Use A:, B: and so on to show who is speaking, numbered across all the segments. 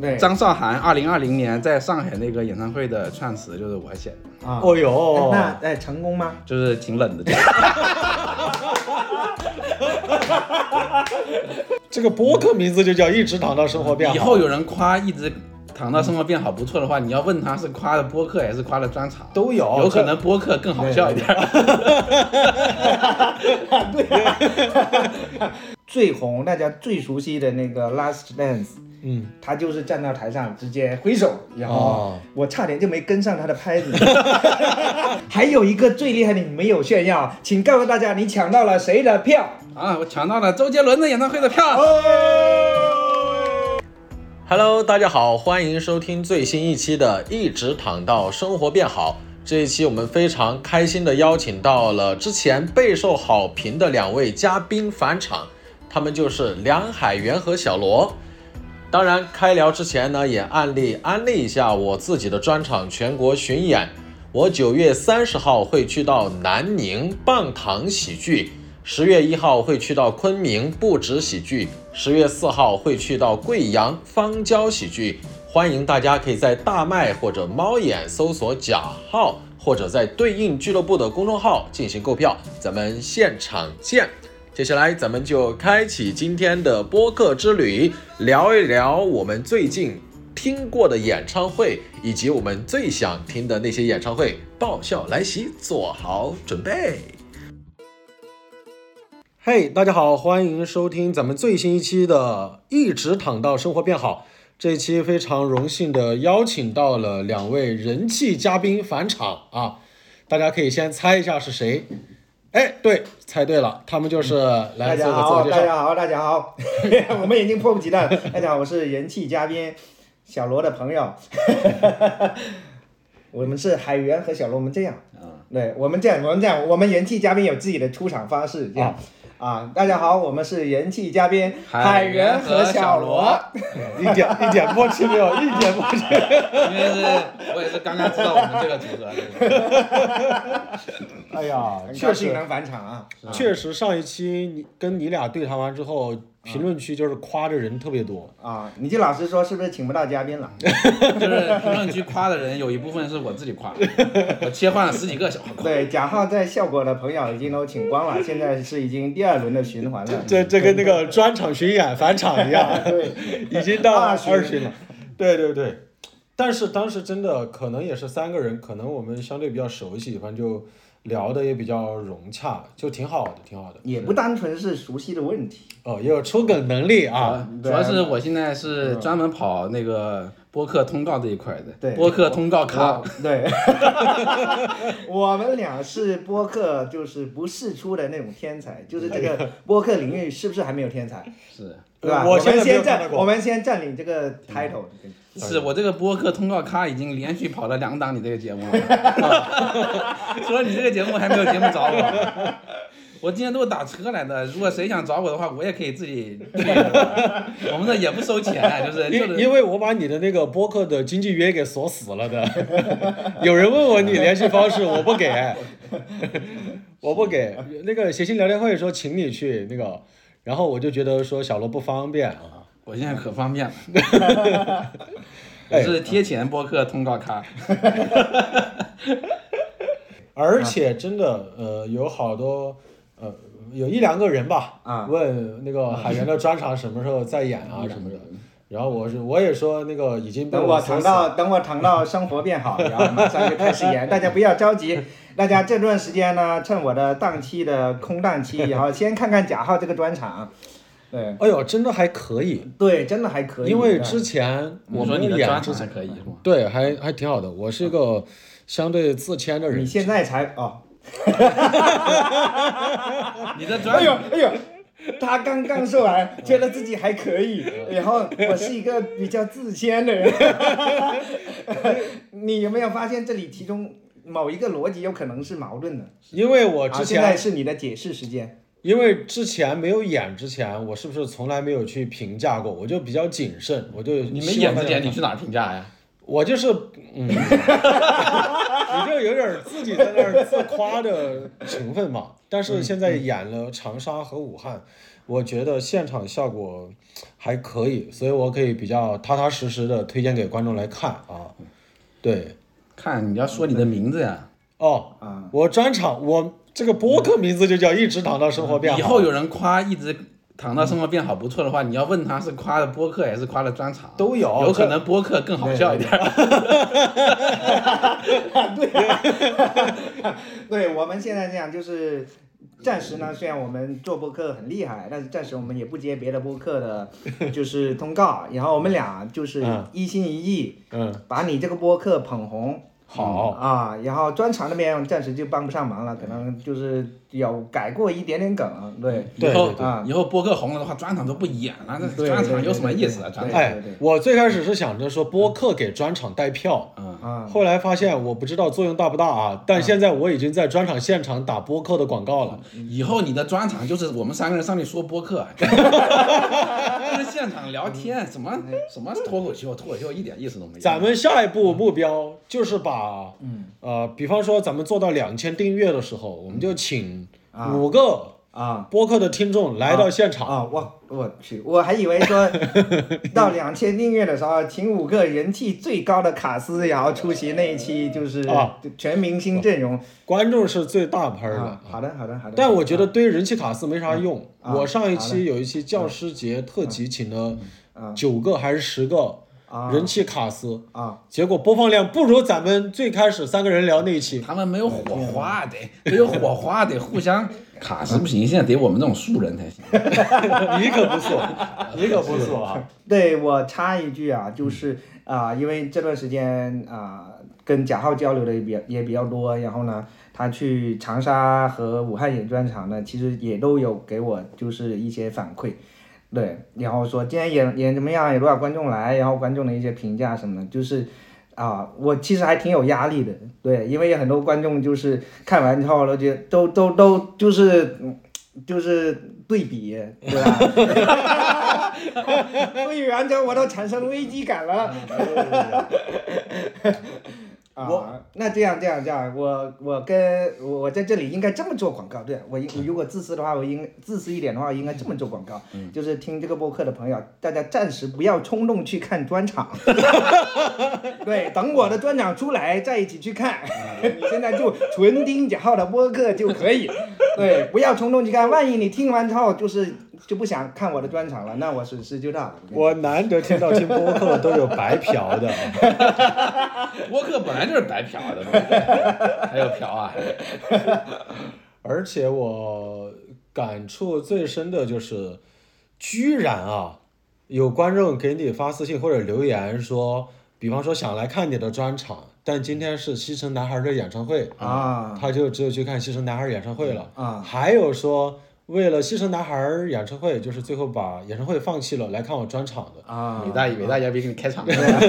A: 对
B: 张韶涵二零二零年在上海那个演唱会的串词就是我写的，
A: 啊，
C: 哦哟，
A: 那哎成功吗？
B: 就是挺冷 的。
C: 这个播客名字就叫一直躺到生活变好。
B: 以后有人夸一直躺到生活变好不错的话，你要问他是夸的播客还是夸的专场，
A: 都有，
B: 有可能播客更好笑一点。
A: 对 啊。最红大家最熟悉的那个 Last Dance，
C: 嗯，
A: 他就是站到台上直接挥手，然后
C: 哦
A: 我差点就没跟上他的拍子。 还有一个最厉害的，你没有炫耀，请告诉大家你抢到了谁的票。
B: 啊，我抢到了周杰伦的演唱会的
A: 哦
B: 票。
C: Hello，大家好，欢迎收听最新一期的《一直躺到生活变好》。这一期我们非常开心的邀请到了之前备受好评的两位嘉宾返场，他们就是梁海源和小罗。当然，开聊之前呢，也案例安利一下我自己的专场全国巡演。我九月三十号会去到南宁棒糖喜剧，十月一号会去到昆明不止喜剧，十月四号会去到贵阳方椒喜剧。欢迎大家可以在大麦或者猫眼搜索假号，或者在对应俱乐部的公众号进行购票。咱们现场见。接下来咱们就开启今天的播客之旅，聊一聊我们最近听过的演唱会，以及我们最想听的那些演唱会。爆笑来袭，做好准备。嘿大家好，欢迎收听咱们最新一期的《一直躺到生活变好》。这一期非常荣幸的邀请到了两位人气嘉宾返场啊，大家可以先猜一下是谁。哎，对，猜对了，他们就是
A: 大
C: 来做
A: 家
C: 个自我
A: 好，
C: 介
A: 嗯大
C: 绍。
A: 家好，大家好， 我们已经迫不及待了。大家好，我是人气嘉宾小罗的朋友， 我们是海源和小罗，我们这样，对我们这样，我们这样，我们人气嘉宾有自己的出场方式，这样。
C: 哦
A: 啊，大家好，我们是人气嘉宾海
B: 海
A: 源
B: 源
A: 和
B: 和
A: 小
B: 小
A: 罗
B: 罗。
C: 一点一点默契没有，一点默契。
B: 因为是我也是刚刚知道我们这个组合的，
C: 哎 呀，
A: 很高
C: 确
A: 兴
C: 实，
A: 能返场啊！
C: 确实上一期你跟你俩对谈完之后，评论区就是夸的人特别多。
A: 啊，你就老实说，是不是请不到嘉 宾了？
B: 就是评论区夸的人有一部分是我自己夸，我切换了十几个小号夸。
A: 对，贾浩在效果的朋友已经都请光了，现在是已经第二轮的循环了。
C: 嗯这这跟那个专场巡演返场一样，
A: 对，
C: 已经到
A: 二
C: 二
A: 巡
C: 巡了。对对对，但是当时真的可能也是三个人，可能我们相对比较熟悉，反正就聊的也比较融洽，就挺好的，挺好的。
A: 也不单纯是熟悉的问题。
C: 哦，也有出梗能力啊。
B: 啊，主要是我现在是专门跑那个播客通告这一块的，
A: 嗯对
B: 播客通告
C: 哦
B: 咖，
A: 我 对， 我们俩是播客，就是不世出的那种天才，就是这个播客领域是不是还没有天 才，
B: 是
A: 对吧？
C: 我现
A: 们
C: 在没有
A: 先
C: 看到
A: 占，
C: 过嗯
A: 我们先占领这个 title。
B: 是我这个播客通告咖已经连续跑了两档你这个节目 了，除了你这个节目还没有节目找我。我今天都是打车来的，如果谁想找我的话，我也可以自己去。我们这也不收 钱，啊就是就
C: 因
B: 是
C: 因为我把你的那个播客的经纪约给锁死了的， 有人问我你联系方式，我不给， 我不给。那个谐星聊天会说请你去那个，然后我就觉得说小罗不方便啊。
B: 我现在可方 便了。哎我是贴钱播客通告咖，
C: 而且真的，呃，有好多，呃，有一两个人吧，
A: 啊
C: 问那个海源的专场什么时候再演啊什么的，然后我是我也说那个已经被
A: 等我
C: 锁
A: 尝
C: 死
A: 到，
C: 了
A: 等我尝到生活变好，然后马上就开始演。大家不要着急，大家这段时间呢，趁我的档期的空档期，然后先看看贾浩这个专场。对
C: 哎呦，真的还可以，
A: 对，真的还可以。
C: 因为
A: 对
C: 之前
B: 你
C: 我
B: 说
C: 们
B: 你的
C: 演
B: 专
C: 之
B: 场
C: 前
B: 还。可以是吗？
C: 对，还还挺好的。我是一个相对自谦的
A: 你
C: 人，
A: 现在才哦，
B: 你的专
A: 哎呦哎呦，他刚刚说完，觉得自己还可以，然后我是一个比较自谦的人。 你有没有发现这里其中某一个逻辑有可能是矛盾的？
C: 因为我
A: 好，
C: 之
A: 啊现
C: 前、
A: 在是你的解释时间。
C: 因为之前没有演之前，我是不是从来没有去评价过？我就比较谨慎，我就
B: 你们
C: 希望
B: 演之 前你
C: 大家
B: 去哪儿评价呀？
C: 我就是嗯，你这有点自己在那儿自夸的成分嘛。但
B: 嗯
C: 是现在演了长沙和武汉，我觉得现场效果还可以，所以我可以比较踏踏实实的推荐给观众来看啊。
A: 嗯
C: 对，
B: 看你要说你的名字呀，
C: 哦，
A: 啊，
C: 我专场我这个播客名字就叫一直躺到生活变
B: 嗯
C: 好。
B: 以后有人夸一直躺到生活变好不错的话，你要问他是夸的播客还是夸的专场，
C: 都有
B: 有可能播客更好笑一点。
A: 对我们现在这样就是。暂时呢，虽然我们做播客很厉害，但是暂时我们也不接别的播客的，就是通告。然后我们俩就是
C: 嗯
A: 一心一意，
C: 嗯，
A: 把你这个播客捧红，
C: 好，
A: 啊，然后专场那边暂时就帮不上忙了，可能就是有改过一点点梗，对，
C: 对
B: 以后
C: 对
A: 对
B: 以后播客红了的话，专场都不演了，那
A: 对
B: 专
A: 对
B: 场
A: 对
B: 有什么
A: 对
B: 意思啊？
A: 对
B: 专场，
C: 哎
A: 对对，
C: 我最开始是想着说播客给专场带票，
B: 嗯，
A: 啊，
C: 后来发现我不知道作用大不大啊，但现在我已经在专场现场打播客的广告了。
B: 以后你的专场就是我们三个人上去说播客，啊就是现场聊天，什么什么脱口秀，脱口秀一点意思都没有。
C: 咱们下一步目标就是把，
A: 嗯
C: 呃，比方说咱们做到两千订阅的时候，我们就请
A: 啊
C: 五个
A: 啊
C: 播客的听众来到现场。
A: 啊，我我去，我还以为 说到两千订阅的时候，请五个人气最高的卡司，然后出席那一期就是
C: 啊
A: 全明星阵容
C: 观众是最大牌儿的
A: 啊，。好的好的好的，
C: 但我觉得对于人气卡司没啥用。
A: 啊
C: 我上一
A: 好
C: 期有一期教师节特辑，请了
A: 啊
C: 九个还是十个
A: 啊
C: 人气卡司，
A: 啊
C: 结果播放量不如咱们最开始三个人聊那一 期。
B: 他们没有火花，得得有火花，得互相卡什么行？现在得我们这种素人才行。
C: 你可不错， 你可不错啊！
A: 对我插一句啊，就是啊、因为这段时间啊、跟贾浩交流的也比也比较多，然后呢，他去长沙和武汉演专场呢，其实也都有给我就是一些反馈，对，然后说今天演演怎么样，有多少观众来，然后观众的一些评价什么的，就是。啊，我其实还挺有压力的，对，因为有很多观众就是看完之后都觉得都都都就是嗯就是对比，对吧？对原则 我都产生危机感了。啊，那这样这样这样，我我跟我我在这里应该这么做广告，对我应如果自私的话，我应自私一点的话，应该这么做广告，就是听这个播客的朋友，大家暂时不要冲动去看专场，对，等我的专场出来再一起去看，你现在就纯听贾浩的播客就可以，对，不要冲动去看，万一你听完之后就是就不想看我的专场了，那我损失就大了。
C: 我难得听到听播客都有白嫖的，啊
B: 播客本来就是白嫖的，还有嫖啊？
C: 而且我感触最深的就是，居然啊，有观众给你发私信或者留言说，比方说想来看你的专场，但今天是西城男孩的演唱会，
A: 啊
C: 他就只有去看西城男孩演唱会了。
A: 啊
C: 还有说为了西城男孩演唱会，就是最后把演唱会放弃了来看我专场的。
A: 啊
B: 伟！大伟大爷别给你开场了， 伟大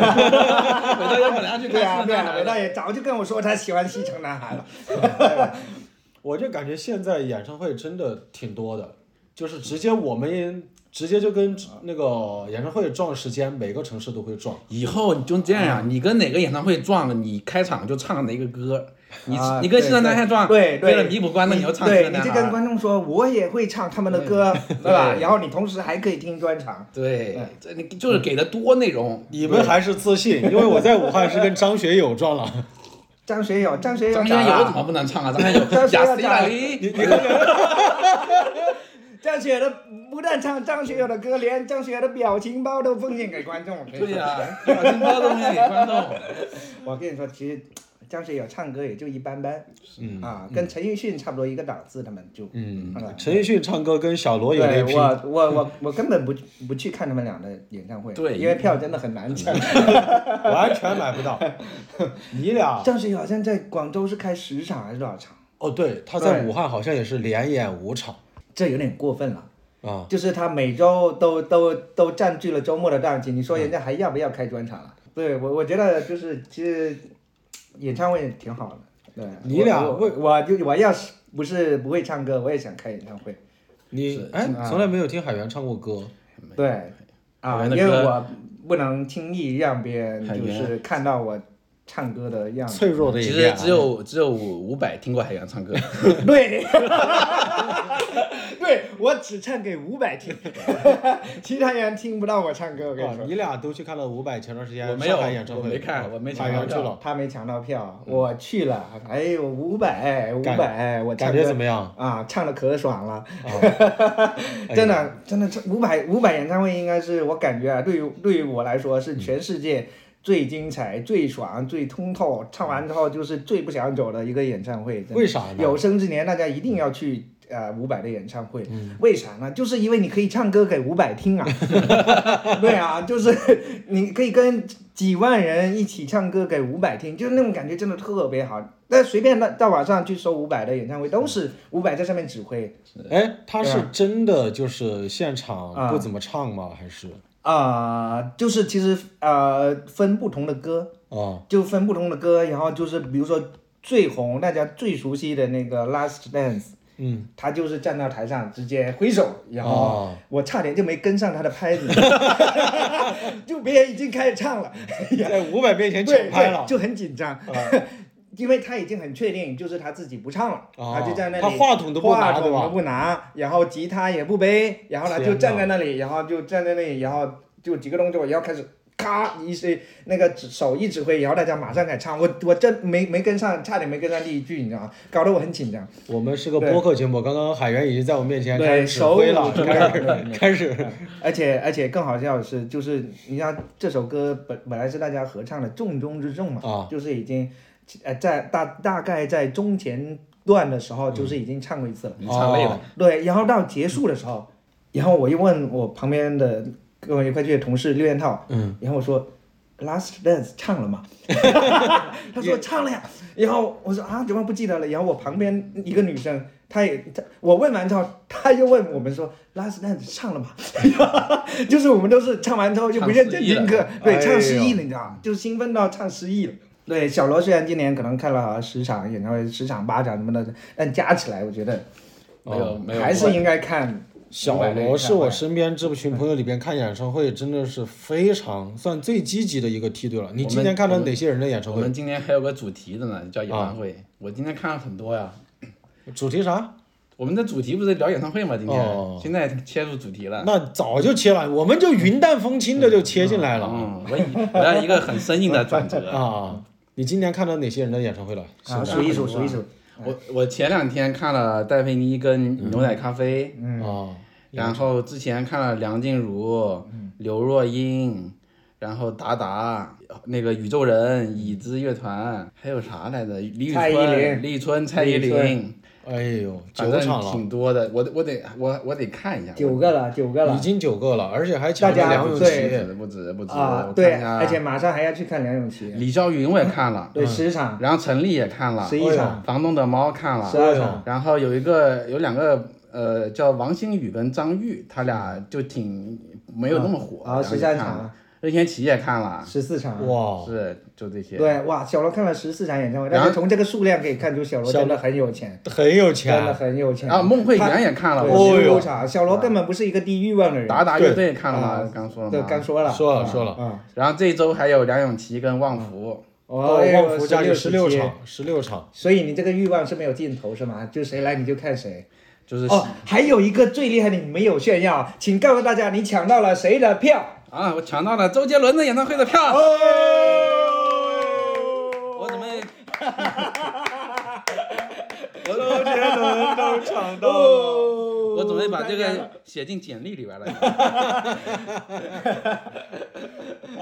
B: 爷本来就
A: 对啊
B: 开
A: 对啊，
B: 场
A: 伟
B: 了。
A: 大爷早就跟我说他喜欢西城男孩 了。
C: 我就感觉现在演唱会真的挺多的，就是直接我们直接就跟那个演唱会撞时间，每个城市都会撞。
B: 以后你就这样，
A: 嗯
B: 你跟哪个演唱会撞了，你开场就唱哪个歌。你
A: 啊
B: 你跟西南男孩撞，
A: 对对，
B: 为了弥补观众，你就唱西
A: 对，
B: 南
A: 你
B: 男
A: 就跟
B: 孩。
A: 观众说，我也会唱他们的歌，对吧？
B: 对
A: 然后你同时还可以听专场。
B: 对，这你就是给的多内容。
C: 你们还是自信，因为我在武汉是跟张学友撞了。
A: 张学友，张学友
B: 嗯张学
A: 咋
B: 友怎
A: 了？
B: 么不能唱啊？张学 友
A: 张学友
B: 贾斯
A: 咋
B: 亚
A: 了
B: 里，
A: 张学友的不但唱张学友的歌，连张学友的表情包都奉献给观众。我跟你说
B: 对呀、表情包都没给观众。
A: 我跟你说，其实张学友唱歌也就一般般，
C: 嗯
A: 啊，跟陈奕迅差不多一个档次，他们就
C: 嗯
A: 嗯，
C: 陈奕迅唱歌跟小罗有
A: 对
C: 那拼。
A: 我我我我根本不不去看他们俩的演唱会，
B: 对
A: 因为票真的很难抢。
C: 完全买不 到。你俩
A: 张学友好像在广州是开十场还是多少场？
C: 哦，对，他在
A: 对
C: 武汉好像也是连演五场
A: 这有点过分了。
C: 啊。
A: 就是他每周都都都占据了周末的档期，你说人家还要不要开专场了？对我我觉得就是其实演唱会挺好的。对，
C: 你俩
A: 我我我就我要是不是不会唱歌，我也想开演唱会。
C: 你
B: 是
C: 哎
A: 是，啊
C: 从来没有听海源唱过歌。
A: 对，啊，
B: 海源的
A: 因为
B: 歌
A: 我不能轻易让别人
B: 海
A: 就
B: 源
A: 是看到我唱歌的样子。
C: 脆弱的一
B: 其
C: 面
B: 实
C: 啊。
B: 只有只有伍佰听过海洋唱歌，
A: 对，
D: 对我只唱给伍佰听，
A: 其他人听不到我唱歌，我跟你
C: 哦
A: 说。
C: 你俩都去看了伍佰前段时间
B: 我没有
C: 上海演唱会，
B: 我没看我没抢
C: 海
B: 到
C: 洋去
B: 票
C: 了，
A: 哦他没抢到票，我去了，哎呦，五百五
C: 感
A: 百，我
C: 嗯感觉怎
A: 么
C: 么样？
A: 啊？唱的可爽了，
C: 哎
A: 真
C: 呀
A: 的真的，这五百五百演唱会应该是我感觉啊，对于对于我来说是全世界最精彩、最爽、最通透，唱完之后就是最不想走的一个演唱会。真的
C: 为啥呢？
A: 有生之年大家一定要去呃伍佰的演唱会，为啥呢？就是因为你可以唱歌给伍佰听啊， 对啊，就是你可以跟几万人一起唱歌给伍佰听，就是那种感觉真的特别好。但随便到到网上去搜伍佰的演唱会，都是伍佰在上面指挥
C: 哎，他
A: 对
C: 是
A: 啊
C: 真的就是现场
A: 啊
C: 不怎么唱吗？还是
A: 啊、就是其实呃分不同的歌，
C: 哦
A: 就分不同的歌，然后就是比如说最红大家最熟悉的那个《Last Dance》，
C: 嗯
A: 他就是站到台上直接挥手，然后
C: 哦
A: 我差点就没跟上他的 拍子， 就别人已经开始唱了，
C: 在伍佰面前
A: 对
C: 抢拍了啊
A: 对，就很紧张， 因为他已经很确定就是他自己不唱了，
C: 哦
A: 他就在那里，
C: 他话筒都不拿
A: 话筒
C: 对吧
A: 都不拿，然后吉他也不背，然后呢
C: 天
A: 就
C: 哪
A: 站在那里，然后就站在那里，然后就几个动作，然后开始。咔一是那个指手一指挥，然后大家马上开始唱，我我真没没跟上，差点没跟上第一句，你知道吗？搞得我很紧张。
C: 我们是个
A: 对
C: 播客节目，刚刚海源已经在我面前
A: 对
C: 开始指挥了，
A: 手舞足蹈
C: 开
A: 对
C: 始开始
A: 而且而且更好笑的是，就是你知道这首歌本本来是大家合唱的重中之重嘛，
C: 啊
A: 就是已经呃在大大概在中前段的时候，就是已经唱过一次了，哦
B: 你唱累了，
A: 对，然后到结束的时候，然后我一问我旁边的跟我一块去的同事六件套，
C: 嗯，
A: 然后我说。Last Dance 唱了吗？ 他说唱了呀，然后我说啊，怎么不记得了？然后我旁边一个女生，她也，她我问完之后，她又问我们说 Last Dance 唱了吗？ 就是我们都是唱完之后就不认真听歌，对，
C: 唱
A: 唱失
C: 失忆了哎
A: 忆
C: 呦
A: 了，你知道吗？就兴奋到唱失忆了。对，小罗虽然今年可能看了十场演唱会，十场八场什么的，但加起来我觉得哎
B: 没有没有，
A: 哦还是应该看。
C: 哦
A: 啊
C: 小罗是我身边这群朋友里边看演唱会真的是非常算最积极的一个梯队了。你今年看了哪些人的演唱
B: 我
C: 会
B: 们？今年还有个主题的呢，叫演唱
A: 哦
B: 会。我今天看了很多呀。
C: 主题啥？
B: 我们的主题不是聊演唱会吗？今天、
C: 哦
B: 现在切入主题
A: 嗯
B: 了。
C: 那早就切了，我们就云淡风轻的就切进来了
B: 嗯，我以我要一个很生硬的转 折。
C: 啊。你今年看了哪些人的演唱会了？
A: 嗯啊，
B: 的
A: 数一数，数一数。
B: 我我前两天看了戴佩妮跟牛奶咖啡，
A: 嗯
C: 啊，
B: 然后之前看了梁静茹、
C: 嗯
B: 刘若英，然后达达、那个宇宙人、已知乐团，还有啥来着？李宇
A: 蔡依
B: 春、
A: 林
B: 李宇春、蔡依
A: 李宇春
B: 林，
C: 哎呦，
B: 反
C: 九
B: 正
C: 场了，
B: 挺多的。我得我得我我得看一
C: 哎
B: 下。
A: 九个了，九个
C: 已
A: 了
C: 经九个了，而且还抢了
A: 大家
C: 梁咏
B: 不
A: 对
C: 琪。
B: 止不止不止
A: 啊！对，而且马上还要去看梁咏琪，
B: 李霄云我也看
C: 嗯
B: 了，
A: 对，十场，
B: 然后陈粒也看了，
A: 十一场，
B: 房东的猫看
C: 嗯
B: 了
A: 十，二场，
B: 然后有一个有两个呃叫王星宇跟张玉，他俩就挺没有那么火，
A: 啊，
B: 然后
A: 十
B: 也
A: 三
B: 看了，
A: 场，哦
B: 任贤齐也看了，
A: 十四场。
C: 哇，
B: 是就这些。
A: 对，哇，小罗看了十四场演唱会，
B: 然
A: 但
B: 后
A: 是从这个数量可以看出，小罗
C: 小
A: 真的很有钱，
C: 很有
A: 真的
C: 钱。
A: 很有钱。
B: 然后啊孟慧圆也看了，
A: 对
C: 哦
B: 我
A: 十
C: 哟
A: 五场，小罗根本不是一个低欲望的人。
B: 达达乐队也看了
A: 啊
B: 吗？刚说了
A: 对，
B: 吗？
A: 刚说了，
C: 说了说了
A: 啊，
B: 然后这一周还有梁咏琪跟
A: 嗯
B: 旺福，
A: 哦，
C: 旺福家就十六
A: 16期。
C: 场，十六场。
A: 所以你这个欲望是没有尽头是吗？就谁来你就看谁。
B: 就是
A: 哦，还有一个最厉害的你没有炫耀，请告诉大家你抢到了谁的票？
B: 啊，我抢到了周杰伦的演唱会的票，啊
A: 哦
B: 我准备
C: 周杰伦都抢到了。
A: 哦
B: 我准备把这个写进简历里边了。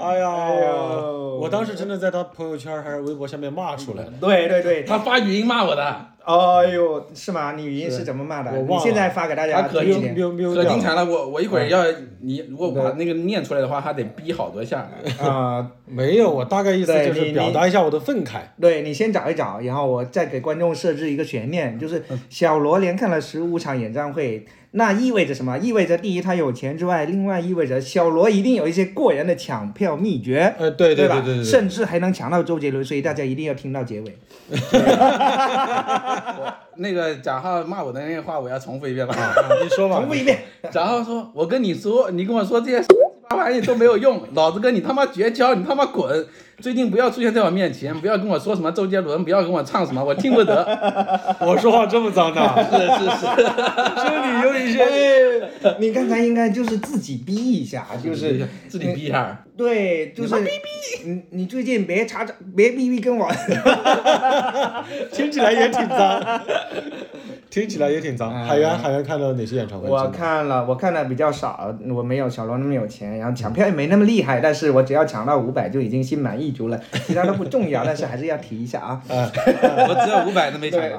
C: 哎
A: 哎
C: 呀，
A: 呦嗯
C: 我当时真的在他朋友圈还是微博下面骂出来了。
A: 对对对，
B: 他发语音骂我的，
A: 哎呦，是吗？你语音是怎么骂的？
C: 我忘了
A: 你现在发给大家
B: 他可
A: 听一
C: 喵
A: 听
C: 喵喵
B: 可精
C: 掉！
B: 彩了。我我一
A: 嗯
B: 会儿要你，如果把那个念出来的话，还得逼好多下。
A: 啊！
C: 没有，我大概意思
A: 对
C: 就
A: 你
C: 是
A: 你
C: 表达一下我的愤慨。
A: 对你先找一找，然后我再给观众设置一个悬念，就是
C: 嗯
A: 小罗连看了十五场演唱会，那意味着什么？意味着第一他有钱之外，另外意味着小罗一定有一些过人的抢票秘诀。
C: 呃，对
A: 对
C: 对
A: 吧？
C: 对对对，
A: 甚至还能抢到周杰伦，所以大家一定要听到结尾。
B: 那个贾浩骂我的
A: 嗯
B: 那个话，我要重复一遍吧。
C: 啊你说吧
A: 重复。一遍，
B: 贾浩说：“我跟你说，你跟我说这些鸡巴发玩意都没有用，老子跟你他妈绝交，你他妈滚！最近不要出现在我面前，不要跟我说什么周杰伦，不要跟我唱什么，我听不得。
C: 我说话这么脏的，
B: 是是是，
C: 这里有一些
A: 哎，你刚才应该就是自己逼一下， 就是
C: 嗯
B: 自己逼一下。
A: 对，就是逼逼。你你最近别查查，别逼逼跟我。
C: 听起来也 挺脏，听起来也挺脏。海源，海源看到哪些演唱会？
A: 嗯我看了，我看的比较少，我没有小罗那么有钱，然后抢票也没那么厉害，但是我只要抢到五百就已经心满意 足了，其他都不重要，但是还是要提一下啊。
B: 我只有五百都没抢到。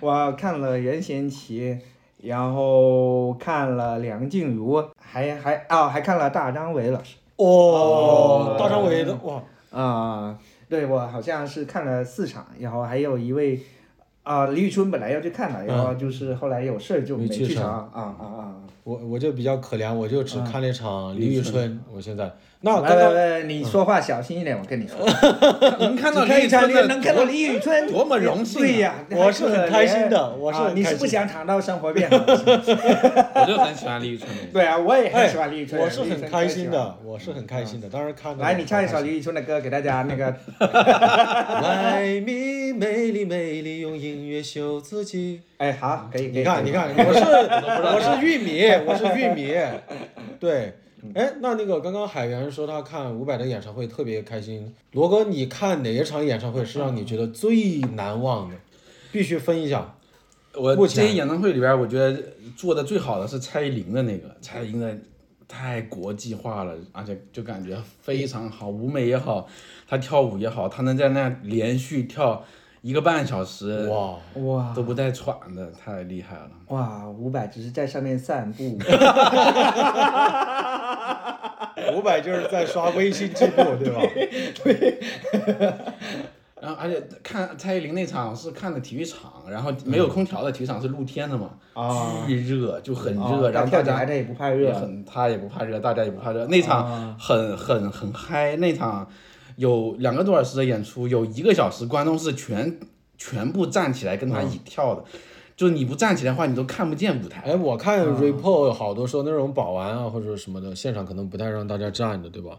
A: 我看了任贤齐，然后看了梁静茹，还还啊、还看了大张伟老师
C: 哦，大张伟的哇，
A: 啊、对我好像是看了四场，然后还有一位啊、李宇春本来要去看的，然后就是后来有事儿就
C: 啊没
A: 没
C: 去
A: 去
C: 成
A: 成啊啊啊！
C: 我我就比较可怜，我就只
A: 嗯
C: 看了一场李宇春。我现在那
A: 啊
C: 刚
A: 来来
C: 刚
A: 来，你说话小心一点，我跟你说。
B: 能看到
A: 你看一
B: 李宇
A: 场
B: 春的，
A: 能看到李宇春，
B: 多么荣幸啊
A: 对呀、
C: 我是很开心的
A: 还可怜
C: 我是很
A: 啊你
C: 开
A: 是
C: 心
A: 不想躺到生活变好？是吗
B: 我就很喜欢李宇春的。
A: 对啊，我也很喜欢李宇春，
C: 哎我是
A: 李宇
C: 很
A: 春
C: 开
A: 喜
C: 心
A: 欢。
C: 的，我是很开心的。当然看到
A: 嗯来，你唱一首
C: 《
A: 李宇 春的歌给大家那个。
C: 来你美丽美丽，用音乐秀自己》。
A: 哎，好，可以。可以
C: 你看，
A: 可
C: 你
A: 以
C: 看， 我是我是玉米，我是玉米。对，
A: 嗯
C: 哎，那那个刚刚海源说他看伍佰的演唱会特别开心。罗哥，你看哪一场演唱会是让你觉得最难忘的？必须分一下。
B: 我
C: 目前
B: 这些演唱会里边，我觉得做的最好的是蔡依林的那个，蔡依林的太国际化了，而且就感觉非常好，舞美也好，她跳舞也好，她能在那连续跳一个半小时，
C: 哇，
A: 哇
B: 都不带喘的，太厉害了。
A: 哇，伍佰只是在上面散步。
C: 伍佰就是在刷微信记录，对吧？
B: 然后，而且看蔡依林那场是看的体育场，然后没有空调的体育场是露天的嘛，
A: 啊
B: 巨热，就很热，
A: 哦
B: 然
A: 但
B: 后
A: 跳
B: 大
A: 起
B: 家
A: 来他也不怕
B: 也
A: 热。
B: 很，他也不怕热，大家也不怕热。那
C: 啊
B: 场很很很嗨，那场有两个多小时的演出，有一个小时观众是全全部站起来跟
C: 嗯
B: 他一起跳的，就是你不站起来的话，你都看不见舞台。
C: 哎，我看
B: 嗯
C: report 好多说那种保安啊或者什么的，现场可能不太让大家站的，对吧？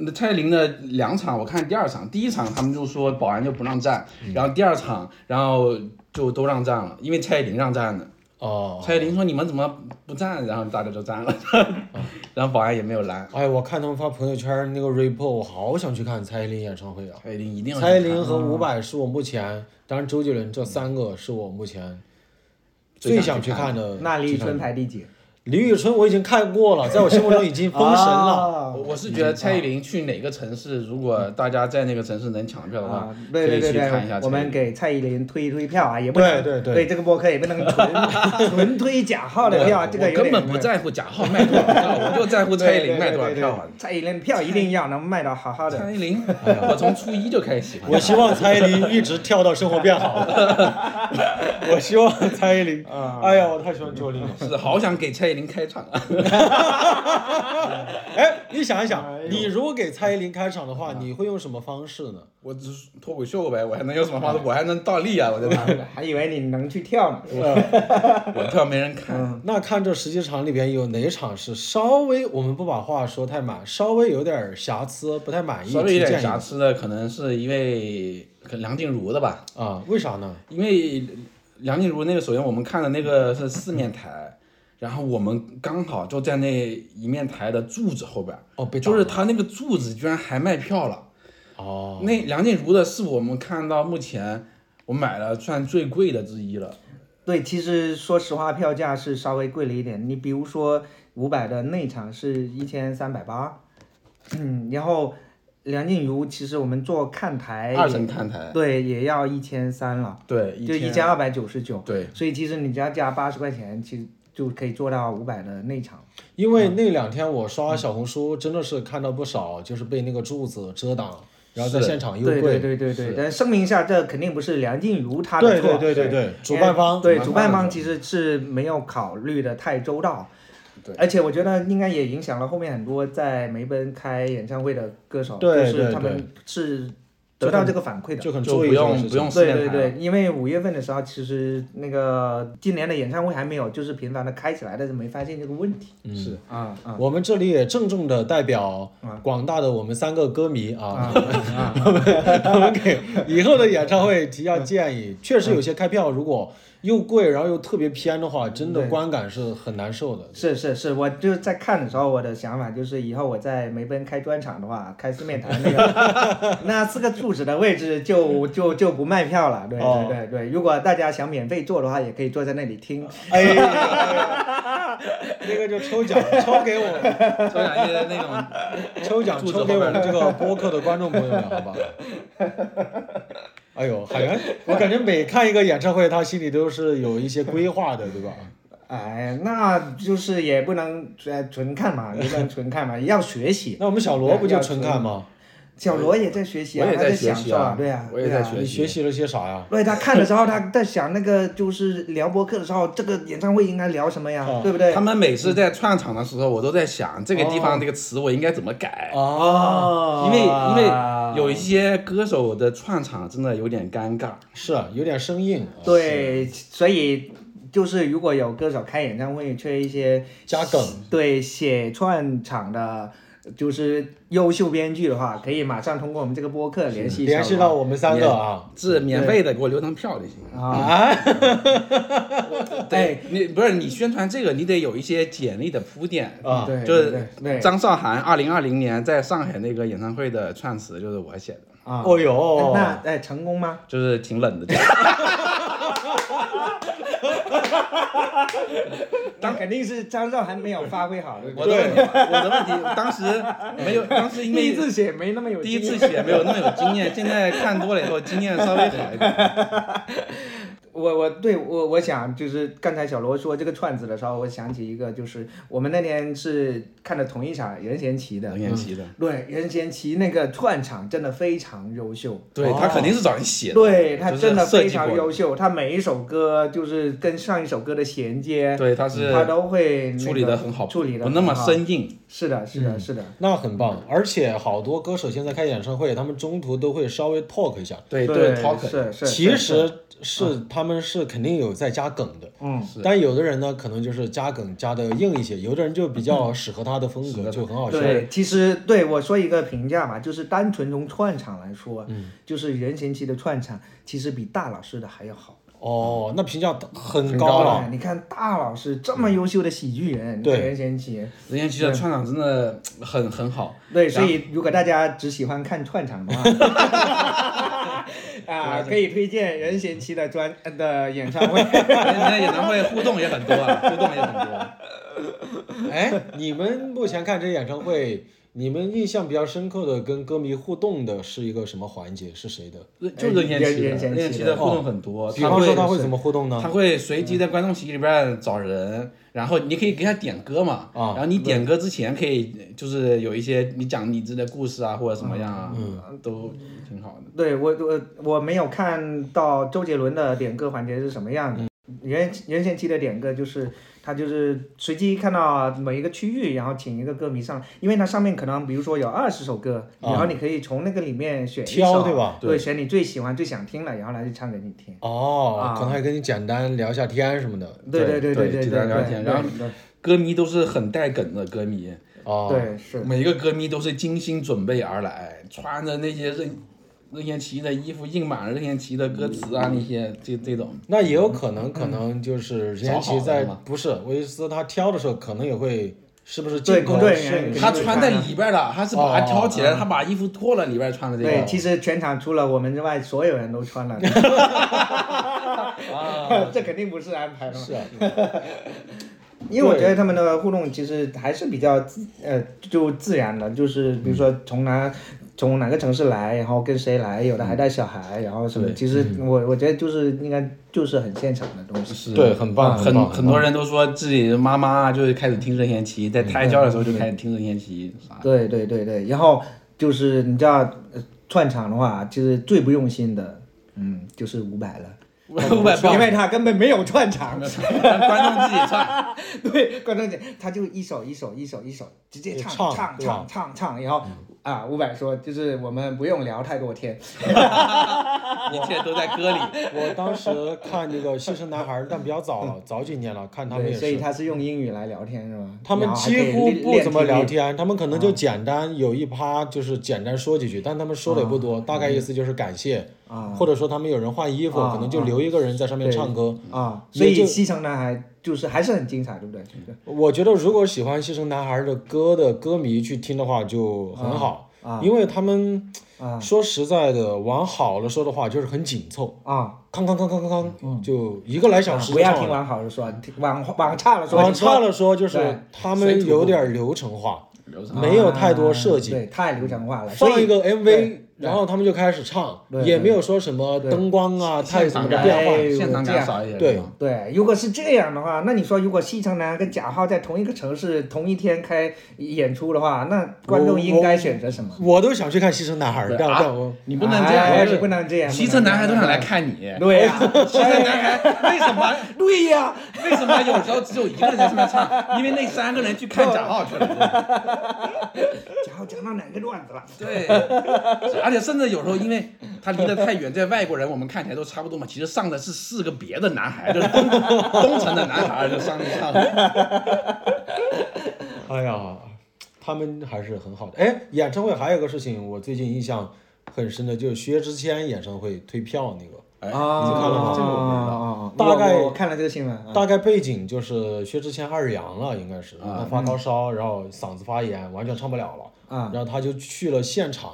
B: 那蔡依林的两场，我看第二场，第一场他们就说保安就不让站，
C: 嗯
B: 然后第二场，然后就都让站了，因为蔡依林让站的。
C: 哦，
B: 蔡依林说你们怎么不站？然后大家都站了，
C: 哦
B: 然后保安也没有拦。
C: 哎，我看他们发朋友圈那个 report，我好想去看蔡依林演唱会啊。
B: 蔡依林一定要去
C: 蔡依
B: 看嗯
C: 林和伍佰是我目前，当然周杰伦这三个是我目前
B: 嗯
C: 最
B: 最
C: 想
B: 想
C: 去
B: 去
C: 看
B: 看
C: 的。
A: 那李宇春
C: 去看
A: 排第几？
C: 的，李宇春我已经看过了，在我心目中已经封神
A: 啊
C: 了。
B: 我我是觉得蔡依林去哪个城市，如果大家在那个城市能抢票的话
A: 啊，，对对对
B: 可以去看
A: 对
B: 一下，
A: 我
B: 蔡依
A: 们
B: 林。
A: 给蔡依林推一推票啊，也不能
C: 对对对
A: 这个播客也不能纯纯推假号的票，这个
B: 我
A: 有
B: 根
A: 点
B: 本不在乎假号卖多少票，我就在乎蔡依林卖多少票啊！
A: 蔡依林票一定要能卖到好好的。
B: 蔡依林，我从初一就开始喜欢
C: 我希望蔡依林一直跳到生活变好。 我希望蔡依林，
B: 嗯
C: 哎呀，我太喜欢周杰伦了。
B: 她，是好想给蔡依林开场啊！
C: 哎，你想一想，你如果给蔡依林开场的
B: 哎
C: 话，你会用什么方式呢？
B: 我只是脱口秀呗，我还能有什么方式？我还能倒立啊！我在那儿，
A: 还以为你能去跳呢。嗯
B: 我跳没 人看，
C: 那看这十几场里边有哪场是稍微我们不把话说太满，稍微有点瑕疵，不太满意，
B: 稍微有
C: 提
B: 点
C: 建议
B: 瑕疵的可能是一位可能梁静茹的吧，
C: 啊？为啥呢？
B: 因为梁静茹那个，首先我们看的那个是四面台，然后我们刚好就在那一面台的柱子后边儿，
C: 哦，被
B: 就是
C: 打
B: 他那个柱子居然还卖票了。
C: 哦，
B: 那梁静茹的是我们看到目前我买了算最贵的之一了。
A: 对，其实说实话，票价是稍微贵了一点。你比如说五百的内场是一千三百八，嗯，然后梁静茹其实我们坐看台
B: 二层看台，
A: 对也要一千三
C: 啊
A: 了，
B: 对，
A: 就一千二百九十九。
B: 对，
A: 所以其实你只要加八十块钱，其实就可以做到五百的内
B: 嗯
A: 场。
C: 因为那两天我刷小红书，真的是看到不少，就是被那个柱子遮挡，然后在
B: 是
C: 现场又
A: 对对
C: 贵。
A: 对对对，但声明一下，这肯定不是梁静茹她的
C: 对
A: 错。
C: 对对对对， 主办方嗯
A: 对
B: 主办方
A: 主办方其实是没有考虑的太周到，
B: 对
A: 而且我觉得应该也影响了后面很多在梅奔开演唱会的歌手，
C: 对
A: 就是他
C: 对对
A: 们是得到这个反馈的。
C: 嗯就很
B: 就
C: 注意
B: 不
C: 这个
B: 用
C: 事
B: 不
C: 情
B: 用。四
A: 对
B: 面
A: 对
B: 台
A: 对
B: 了，，
A: 因为五月份的时候，其实那个今年的演唱会还没有就是频繁的开起来，但是没发现这个问题。
B: 是
A: 啊
B: 嗯
A: 啊
C: 我们这里也郑重的代表
A: 啊
C: 广大的我们三个歌迷啊，
A: 啊！
C: 我们我 们给以后的演唱会提下建议。确实有些开票如果又贵，然后又特别偏的话，真的
A: 对
C: 观感是很难受的。
A: 是是是，我就在看的时候，我的想法就是，以后我在梅奔开专场的话，开四面台那 个那四个柱子的位置就就就不卖票了。对
C: 哦
A: 对对对，如果大家想免费坐的话，也可以坐在那里听。
C: 哎呀，那个就抽奖，抽给我们，
B: 抽奖一些那 种
C: 抽奖
B: 住址
C: 抽给我
B: 后
C: 们
B: 面
C: 这个播客的观众朋友们，好吧？ 哎呦，海源，我感觉每看一个演唱会，他心里都是有一些规划的，对吧？
A: 哎，那就是也不能纯纯看嘛，也不能纯 看嘛，要学习。
C: 那我们小罗不就纯看吗？
A: 小罗也在学习啊，
B: 我也
A: 他
B: 在学
A: 享
B: 习
A: 受
B: 啊
A: 对啊，
B: 我也
A: 对啊
B: 在学
C: 你
B: 习
C: 学习了些啥呀？
A: 对他看的时候，他在想那个就是聊播客的时候，这个演唱会应该聊什么呀，
C: 哦
A: 对不对
B: 他？们每次在串场的时候，我都在想这个地方这个词我应该怎么改，
C: 哦，啊
B: 因为因为有一些歌手的串场真的有点尴尬。
C: 是啊有点生硬。啊，
A: 对，所以就是如果有歌手开演唱会，缺一些
C: 加梗。
A: 对写串场的，就是优秀编剧的话，可以马上通过我们这个播客联系
C: 联系
A: 小罗
C: 到我们三个啊，
B: 是免费的，给我留张票就行。
A: 啊，
B: 对你不是你宣传这个，你得有一些简历的铺垫。
C: 啊
A: 对，
B: 就
A: 对
B: 是
A: 对
B: 张韶涵二零二零年在上海那个演唱会的串词就是我写的，
A: 啊，
C: 哦呦，
A: 那哎成功吗？
B: 就是挺冷的。
A: 那肯定是张韶涵没有发挥好，对不
B: 我
A: 对？
B: 的问题，我的问题，当时没有，当时因为
A: 第一次写没那么有
B: 第一
A: 经验
B: 次写没有那么有经验，现在看多了以后经验稍微好一点。
A: 我我对我我想就是刚才小罗说这个串子的时候，我想起一个，就是我们那天是看了同一场任贤齐的嗯
B: 冷，艳琪的，
A: 对任贤齐那个串场真的非常优秀，
B: 对他肯定是找人写的，
A: 哦对
B: 就
A: 他
B: 是
A: 真的
B: 设
A: 非
B: 计过
A: 常优秀，他每一首歌就是跟上一首歌的衔接，
B: 对他
A: 他
B: 是
A: 都会那个
B: 处理的很好，
A: 处理的
B: 不那么，嗯生硬。
A: 是的，是的，是的，
C: 那很棒，而且好多歌手现在开演唱会，他们中途都会稍微 talk 一下。
B: 对
A: 对
B: ，talk
A: 是是，
C: 其
A: 是
C: 实是他们是肯定有在加梗的，
A: 嗯
B: 是
C: 但有的人呢，可能就是加梗加的硬一些，有的人就比较适合他的风格，就很好笑。
A: 对，其实对我说一个评价吧，就是单纯从串场来说，
C: 嗯
A: 就是任贤齐的串场其实比大老师的还要好。
C: 哦，那评价很
B: 很
C: 高啊
B: 高
C: 了。
A: 哎你看大老师这么优秀的喜剧人，
C: 对
A: 任贤齐，
B: 任贤齐的串场真的很很好，
A: 对，所以如果大家只喜欢看串场的话， 啊，可以推荐任贤齐的专呃的演唱会。
B: 人家演唱会互动也很多啊，互动也很多。
C: 哎，你们目前看这演唱会，你们印象比较深刻的跟歌迷互动的是一个什么环节？是谁的？
B: 就是任贤齐的，
A: 任贤齐的
B: 任贤齐的互动很多，
C: 比方说他
B: 他
C: 会怎么哦互动呢？嗯
B: 他会随机在观众席里边找人，然后你可以给他点歌嘛，
C: 啊
B: 然后你点歌之前可以就是有一些你讲你自己的故事啊或者什么样啊，
C: 嗯
B: 都挺好的。
A: 对我我我没有看到周杰伦的点歌环节是什么样的。任任贤齐的点歌就是他就是随机看到某一个区域，然后请一个歌迷上，因为它上面可能比如说有二十首歌，
C: 啊
A: 然后你可以从那个里面选一首，
C: 挑对吧
A: 对，选你最喜欢、最想听的，然后来去唱给你听。
C: 哦
A: 啊，
C: 可能还跟你简单聊一下天什么的。
A: 对
B: 对
A: 对
B: 对
A: 对
B: 简
A: 对，
B: 单聊天
A: 对
B: 然后
A: 对对
B: 歌迷都是很带梗的歌迷，
C: 哦，
A: 对是。
B: 每一个歌迷都是精心准备而来，穿着那些任任贤齐的衣服，印满了任贤齐的歌词啊那些这这种。
C: 那也
A: 嗯
C: 有可能，可能就是任贤齐在
B: 找好了吗
C: 不是维斯他挑的时候，可能也会是不是
A: 对
C: 进攻
A: 工作人员
C: 顺
A: 给
B: 他
A: 对
B: 穿在里边的，他是把它挑起来，
A: 哦
B: 他把衣服脱了，里边穿的这
A: 对，
B: 个。
A: 其实全场除了我们之外，所有人都穿 了，这肯定不是安排的嘛。
C: 是啊，
A: 因为我觉得他们的互动其实还是比较自呃就自然的，就是比如说从哪从哪个城市来，然后跟谁来，有的还带小孩，然后什么，
B: 对
A: 其实
C: 嗯
A: 我我觉得就是应该就是很现场的东西。
B: 是
C: 对很棒很
B: 很
C: 棒很
B: 很多人都说自己的妈妈啊就是开始听任贤齐，
A: 嗯
B: 在胎教的时候就开始听任贤齐 啥
C: 啊
B: 的。
A: 对对对对，然后就是你知道呃串场的话，其实最不用心的，嗯，就是伍佰了。
B: 五百
A: 因
B: 磅，
A: 为他根本没有串场，
B: 让 观众自己唱。
A: 对，观众姐，他就一首一首一首一首直接唱
C: 唱
A: 唱
C: 对吧嗯
A: 唱唱唱，然后啊、啊，伍佰说就是我们不用聊太多天，
B: 一切都在歌里。
C: 我当时看这个《西城男孩》，但比较早了，早几年了，看他们
A: 对，
C: 也
A: 所以
C: 是，
A: 他是用英语来聊天是吗？
C: 他们
A: 然后还可
C: 几
A: 以
C: 乎
A: 练
C: 不怎么聊。
A: 练听力嗯
C: 天，他们可能就简单有一趴就是简单说几句，但他们说的也不
A: 嗯
C: 多，大概意思就是感谢，
A: 啊
C: 或者说他们有人换衣服，
A: 啊
C: 可能就留一个人在上面
A: 对
C: 唱歌。
A: 啊，
C: 也
A: 所以
C: 嗯就
A: 西城男孩就是还是很精彩，对不对？
C: 我觉得如果喜欢西城男孩的歌的歌迷去听的话就很好，
A: 啊
C: 嗯因为他们
A: 啊
C: 说实在的，往好了说的话就是很紧凑，
A: 啊，
C: 康康康康康康，就一个来小
A: 嗯
C: 时
A: 不
C: 就
A: 要
C: 唱
A: 听
C: 完。
A: 完好了说，听往往差了说，
C: 往
A: 请说
C: 差了说就是
A: 对
C: 他
B: 水
C: 们
B: 土
C: 有
B: 不
C: 点流程化，
A: 哎
B: 刘畅
C: 没有太多设
A: 啊
C: 计，
A: 对，太流程化了。所
C: 放
A: 以
C: 一个
A: 对
C: MV，然后他们就开始唱，
A: 对
C: 也
A: 对
C: 没有说什么
A: 对
C: 灯光啊、
B: 现
C: 太什
B: 场
C: 么的
B: 感
C: 变
A: 哎
C: 化。
A: 呦
B: 现场
A: 这
B: 感
A: 样
B: 少一点。
C: 对
B: 是吧
A: 对，如果是这样的话，那你说如果西城男跟贾浩在同一个城市同一天开演出的话，那观众应该选择什 么？
C: 我都想去看《西城男孩》，
B: 对
C: 但
B: 啊
C: 但我
B: 你不能这样，
A: 哎
B: 就是
A: 不能这样嗯
B: 西城男孩都想来看你，
A: 对呀、
B: 西城男孩为什么
A: 对呀、
B: 为什么有时候只有一个人在上面唱？因为那三个人去看贾浩去了。
A: 贾浩讲到哪个段子了？
B: 对，而且甚至有时候因为他离得太远，在外国人我们看起来都差不多嘛，其实上的是四个别的男孩，就是东东城的男孩就上去唱。
C: 哎呀，他们还是很好的。哎，演唱会还有个事情，我最近印象很深的就是薛之谦演唱会退票那个，
B: 哎，
A: 啊，
C: 你看了吗
B: 这个我不知道。
A: 道
C: 大概
A: 我我看了这个新闻啊。
C: 大概背景就是薛之谦二阳了，应该是
B: 啊
C: 发高烧，然后嗓子发炎，完全唱不了了。
A: 啊
C: 然后他就去了现场，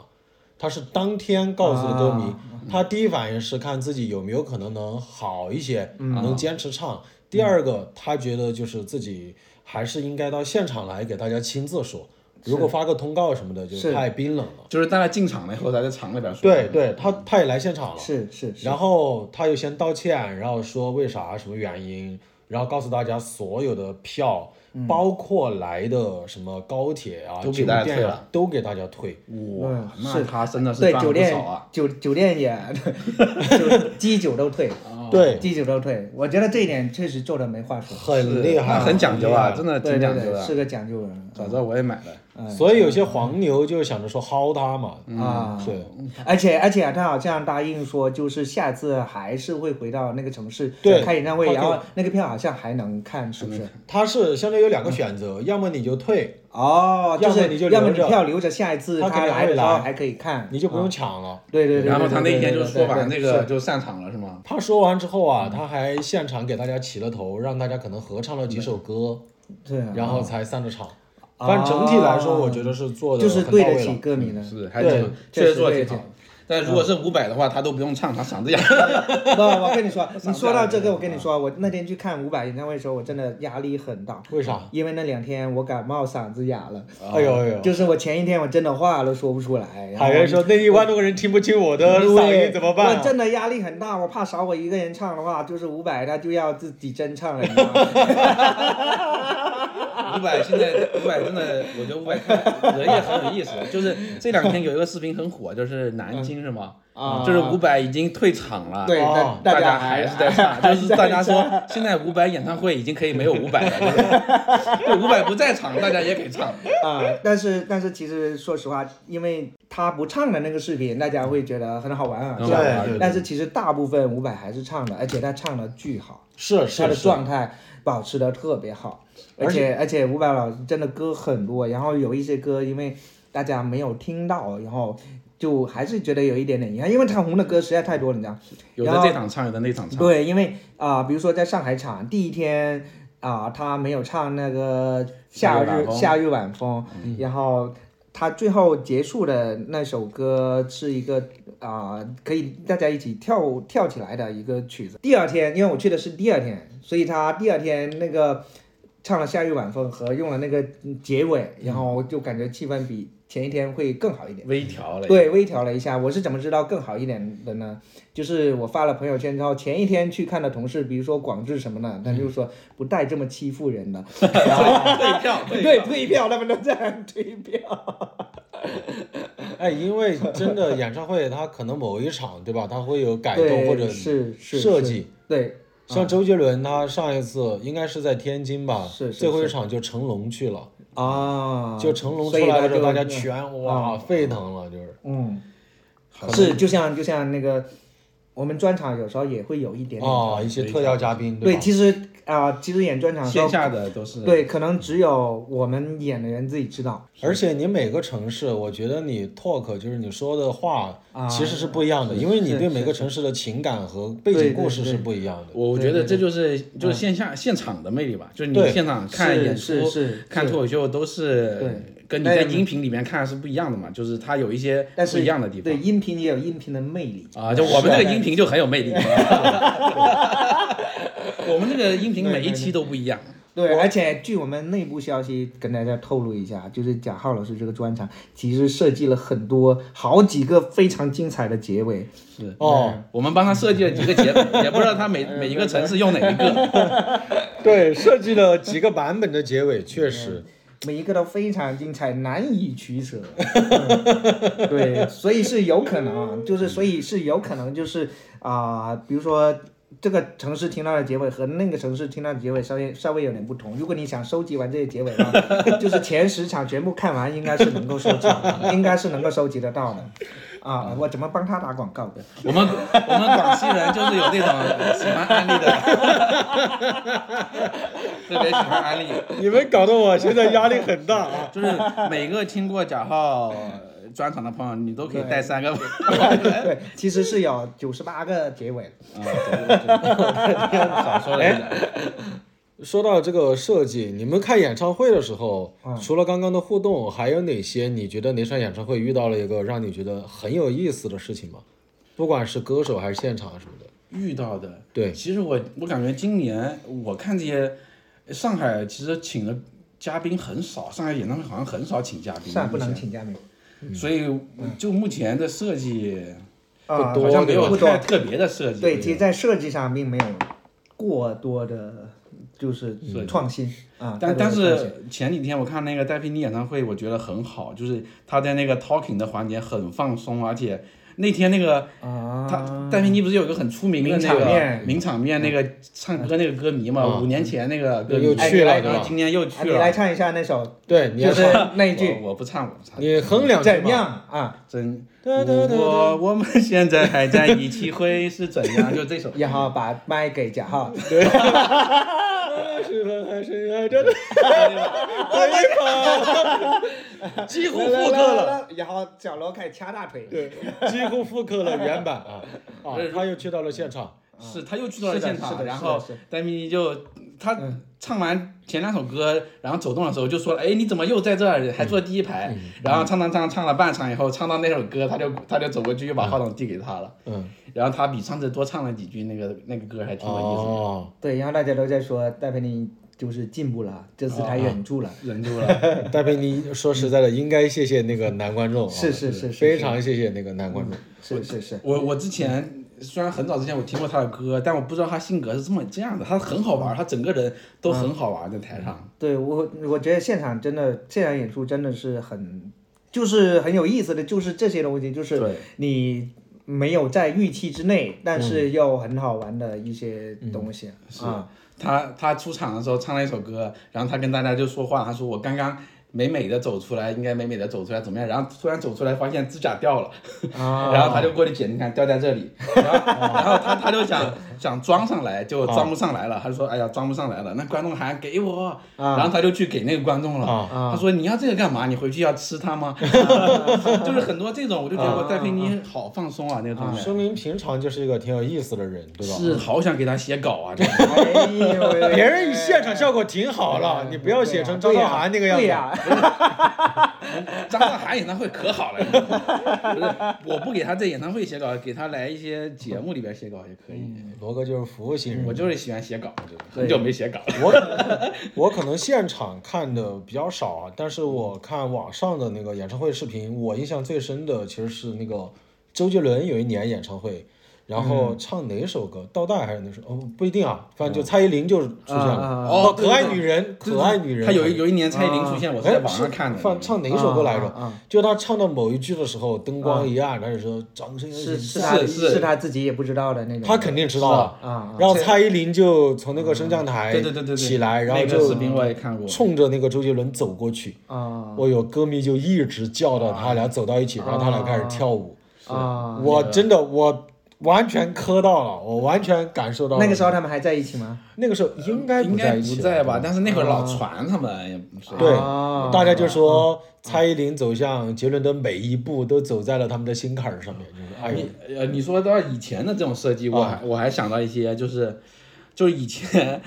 C: 他是当天告诉的歌迷
A: 啊，
C: 他第一反应是看自己有没有可能能好一些，能坚持唱。第二个，他觉得就是自己还是应该到现场来给大家亲自说，如果发个通告什么的，就是太冰冷了。
B: 就是大家进场了以后，在这场里边说。
C: 对，对，他他也来现场了，
A: 是是是
C: 然后他又先道歉，然后说为啥什么原因，然后告诉大家所有的票，包括来的什么高铁啊、
B: 都给
C: 酒
B: 大家
C: 店
B: 退
C: 啊
B: 了，
C: 都给大家退。
B: 哎哇，
A: 嗯
B: 那
A: 是
B: 他真的是
A: 对
B: 赚
A: 酒
B: 了不
A: 店
B: 少啊。
A: 酒酒店也 酒鸡酒都退，
C: 对，
A: 鸡酒都退。我觉得这一点确实做的没话说，
C: 很厉害，
B: 那很讲究啊，真
C: 的。
B: 的
A: 对
B: 挺
A: 对
B: 讲究
A: 对，
B: 的
A: 是。个讲究人
B: 早知道我也买了。
A: 哎
C: 所以有些黄牛就想着说薅他嘛，
B: 嗯
A: 啊。
C: 对
A: 而且而且他好像答应说，就是下次还是会回到那个城市
C: 对
A: 开演唱
C: 他
A: 会，
C: 可以
A: 然后那个票好像还能看，是不是？
C: 他是相当于有两个选择，要么你就退，
A: 哦，
C: 要
A: 就
C: 么
A: 是
C: 你就
A: 要么
C: 留
A: 你
C: 着
A: 票留着，下一次
C: 他可能
A: 来
C: 会
A: 的时候
C: 来
A: 还可以看。
C: 你就不
A: 啊
C: 用抢了。
A: 对对对对对对对对。
B: 然后他那天就说完
A: 对
B: 这
A: 对
B: 个就散场了，是吗？
C: 他说完之后
A: 嗯
C: 啊，他还现场给大家起了头，让大家可能合唱了几首歌，
A: 对 啊，
C: 然后才散了场。
A: 啊
C: 但整体来说，我觉得是做的
A: 就是
C: 很到
A: 对
C: 位
A: 得
C: 了。
A: 起歌迷的。
B: 是，还
C: 对
B: 挺确
A: 确
B: 实
A: 实
B: 做的
A: 对
B: 挺好。但如果是五百的话，他都不用唱，他嗓子哑。，
A: 不，我跟你说
C: 嗯
A: 你说到这个，我跟你说，我那天去看伍佰演唱会的时候，我真的压力很大，
C: 为啥？
A: 因为那两天我感冒，嗓子哑了，
C: 哎呦哎呦！
A: 就是我前一天我真的话都说不出来。然后
C: 海源说：“那一万多个人听不清 我的嗓
A: 对
C: 音怎么办
A: 我
C: 啊
A: 真的压力很大，我怕少我一个人唱的话，就是伍佰他就要自己真唱了，你知道吗？
B: 五百现在五百真的，我觉得 五百看人也很有意思。就是这两天有一个视频很火，就是南京是吗？
A: 啊
B: 就是伍佰已经退场了。
A: 对，
C: 哦
A: 但
B: 大
A: 家
B: 家还是 在唱，就是大家说现在伍佰演唱会已经可以没有伍佰了，就是 对伍佰不在场，大家也可以唱。
A: 啊、但是但是其实说实话，因为他不唱的那个视频，大家会觉得很好玩啊，
B: 很
A: 是吧
B: 好玩
C: 对对
A: 但是其实大部分伍佰还是唱的，而且他唱的巨好，？”
C: 是
A: 他
C: 是
A: 的
C: 是，
A: 状态保持的特别好，而且而且伍佰老师真的歌很多，然后有一些歌因为大家没有听到，然后就还是觉得有一点点遗憾，因为唱红的歌实在太多了，你知道。
B: 有的这场唱，有的那场唱。
A: 对，因为啊、比如说在上海场第一天啊、他没有唱那个夏
B: 夏日晚
A: 日
B: 风嗯
A: 夏日晚风，然后他最后结束的那首歌是一个啊、可以大家一起跳舞跳起来的一个曲子。第二天，因为我去的是第二天，所以他第二天那个唱了夏日晚风和用了那个结尾，然后就感觉气氛比前一天会更好一点。
B: 微调了。
A: 对，微调了一下。我是怎么知道更好一点的呢？就是我发了朋友圈之后，前一天去看的同事，比如说广智什么的，他就说不带这么欺负人 的。
B: 退票，
A: 啊对，退票，他们都这样退票。
C: 哎，因为真的演唱会，它可能某一场对吧，它会有改动
A: 对，
C: 或者
A: 是嗯是
C: 设，
A: 是
C: 计。
A: 对，
C: 像周杰伦，他上一次应该是在天津吧，
A: 是是
C: 最后一场就成龙去了，
A: 啊，
C: 就成龙出
A: 所以
C: 来
A: 他
C: 了之后，
A: 就
C: 大家全哇沸腾了，就是
A: 嗯，是就像就像那个我们专场有时候也会有一点点
C: 啊一些特邀嘉宾
A: 对，
C: 吧？
A: 其实啊、其实演专场的时
B: 线
A: 候，
B: 下的都是
A: 对，可能只有我们演的人自己知道。
C: 而且你每个城市，我觉得你 talk 就是你说的话
A: 啊
C: 其实是不一样的，因为你对每个城市的情感和背景故事是不一样的。
B: 我我觉得这就是就是线下现场的魅力吧，就是你
C: 对
B: 现场啊
A: 嗯
B: 看
A: 是
B: 演
A: 是
B: 出
A: 是、
B: 看
A: 是
B: 脱口秀都是
A: 对
B: 跟你在音频里面看是不一样的嘛，就是它有一些
A: 但
B: 不
A: 是
B: 一样的地
A: 对
B: 方
A: 音频也有音频的魅力
B: 啊。就我们这个
A: 是
B: 音频就很有魅力， 我们这个音频每一期都不一样。
A: 对，而且据我们内部消息跟大家透露一下，就是贾浩老师这个专场其实设计了很多好几个非常精彩的结尾，
C: 哦，
B: 我们帮他设计了几个节目，也不知道他
A: 嗯
B: 每每一个城市用哪一个。
C: 对，设计了几个版本的结尾，确实，
A: 每一个都非常精彩，难以取舍。嗯对，所以是有可能，就是所以是有可能，就是啊、比如说这个城市听到的结尾和那个城市听到的结尾稍微稍微有点不同。如果你想收集完这些结尾的话，就是前十场全部看完，应该是能够收集的，应该是能够收集得到的。啊，我怎么帮他打广告的？
B: 我们我们广西人就是有这种喜欢安利的， 特别喜欢安利。
C: 你们搞得我现在压力很大啊。
B: 就是每个听过贾浩呃专场的朋友，你都可以带三个。啊，
A: 对，其实是有九十八个结尾。
B: 嗯 少说了一
C: 哎
B: 点。
C: 说到这个设计，你们看演唱会的时候，除了刚刚的互动，还有哪些你觉得哪场演唱会遇到了一个让你觉得很有意思的事情吗？不管是歌手还是现场什么的。
B: 遇到的，
C: 对
B: 其实我我感觉今年我看这些上海其实请的嘉宾很少，上海演唱会好像很少请嘉宾，
A: 算不能
B: 目前
A: 请嘉宾。
B: 所以就目前的设计，
A: 啊，
C: 多
B: 好像没有
A: 不
B: 太
A: 多。
B: 特别的设计。
A: 对，其实在设计上并没有过多的，就是创新
C: 嗯
A: 啊。
B: 但
A: 太多的
B: 但
A: 创新
B: 是前几天我看那个戴佩妮演唱会，我觉得很好，就是她在那个 talking 的环节很放松，而且那天那个
A: 啊，
B: 她戴佩妮不是有一个很出名的那
A: 名场
B: 个
A: 面
B: 名场面，那个唱歌那个歌迷嘛，五年前那个歌迷
C: 嗯
B: 哎
C: 又去了
B: 然
C: 对
B: 后
C: 吧
B: 今年又
A: 啊
B: 去
A: 你来
B: 了，
A: 唱一下那首，
C: 对，你要
A: 就是
C: 唱，
A: 那一句
B: 我我不唱我不唱，
C: 你哼两句吧
A: 怎样啊？
B: 真
C: 哒哒哒
B: 如果我们现在还在一起会是怎样？就这首，
A: 然后把麦给贾浩，
C: 是的，还是爱着的，几乎复刻了，
A: 了，然后小罗开始掐大腿，
C: 对，几乎复刻了原版啊啊！他又去到了现场，
B: 是他又去到了
A: 是的
B: 现
A: 啊是
B: 场，
A: 的
B: 然
A: 是的
B: 后
A: 是的嗯
B: 戴咪妮就他唱完前两首歌，然后走动的时候就说：“哎，你怎么又在这儿？还坐第一排？”
A: 嗯
B: 然后唱唱唱唱了半场以后，唱到那首歌，他就他就走过去又把话筒递给他了。
C: 嗯，
B: 然后他比上次多唱了几句，那个那个歌还挺有意思的。
C: 哦，
A: 对，然后大家都在说戴佩妮就是进步了，啊这次她忍住了，
B: 忍住了，
C: 戴佩妮，说实在的，应该谢谢那个男观众啊，
A: 是是是是
C: 非常谢谢那个男观众。
A: 是是是，
B: 我我之前虽然很早之前我听过他的歌，但我不知道他性格是这么这样的。他很好玩，他整个人都很好玩，在台上。
A: 对我我觉得现场真的现场演出真的是很。就是很有意思的，就是这些东西，就是
B: 对
A: 你没有在预期之内，但
C: 嗯
A: 是又很好玩的一些东西、啊。
B: 他他出场的时候唱了一首歌，然后他跟大家就说话，他说我刚刚美美的走出来，应该美美的走出来怎么样？然后突然走出来发现指甲掉了，
C: 哦
A: 啊
B: 然后他就过去捡，你看掉在这 里，然后然后他他就想想装上来，就装
C: 哦
B: 不上来了，他就说哎呀装不上来了，那观众喊给我，然后他就去给那个观众了，
C: 啊
B: 他说你要这个干嘛？你回去要吃它吗？ 就是很多这种，我就觉得我戴佩
C: 哦
B: 妮好放松啊，那个状态。
C: 说明平常就是一个挺有意思的人，哦对吧？
B: 是好想给他写稿啊！真的
A: 哎呦喂，啊
C: 别人以现场效果挺好了，你不要写成张韶涵那个样
A: 对啊
C: 子。啊
A: 呀、
B: 张韶涵演唱会可好了，你知道吗不是，我不给他在演唱会写稿，给他来一些节目里边写稿也可以。
C: 罗哥就是服务型人，
B: 我就是喜欢写稿，我觉得很久没写稿了。
C: 我我可能现场看的比较少啊，但是我看网上的那个演唱会视频，我印象最深的其实是那个周杰伦有一年演唱会，然
B: 嗯
C: 后唱哪首歌，倒带还是哪首？哦，不一定啊，反正就蔡依林就出现
A: 啊啊
C: 了。
A: 啊
B: 哦对
C: 可爱
B: 对对
C: 女人，可爱女人。啊
B: 他
C: 哎
B: 有一有一年蔡依林出现，我是在网上看的。
C: 放唱哪首歌来着？
A: 啊啊啊
C: 就他唱到某一句的时候，灯光一暗，他就说掌声有
A: 是
C: 请
A: 是
C: 下
A: 他
C: 一
B: 啊是
A: 是他自己也不知道的那种。
C: 他肯定知道了。
A: 啊啊，
C: 然后蔡依林就从那个升降
B: 嗯
C: 台
B: 对对对对对，
C: 起来，哎然后
B: 那个视频
C: 就
B: 我也看过。
C: 冲着那个周杰伦走过去。
A: 啊
C: 我有歌迷就一直叫到他俩走到一起，
A: 啊
C: 然后他俩开始跳舞。
A: 啊！
C: 我真的我完全磕到了，我完全感受到了
A: 那个时候他们还在一起吗？
C: 那个时候应该
B: 应
C: 不
B: 该
C: 在一啊起
B: 不
C: 了
B: 在吧？？但是那会儿老传他们，也不是
C: 对
A: 啊
C: 大家就说蔡依林走向杰伦的每一步都走在了他们的心坎儿上面，就是哎呦啊
B: 你，呃，你说到以前的这种设计，我还、我还想到一些，就是就是以前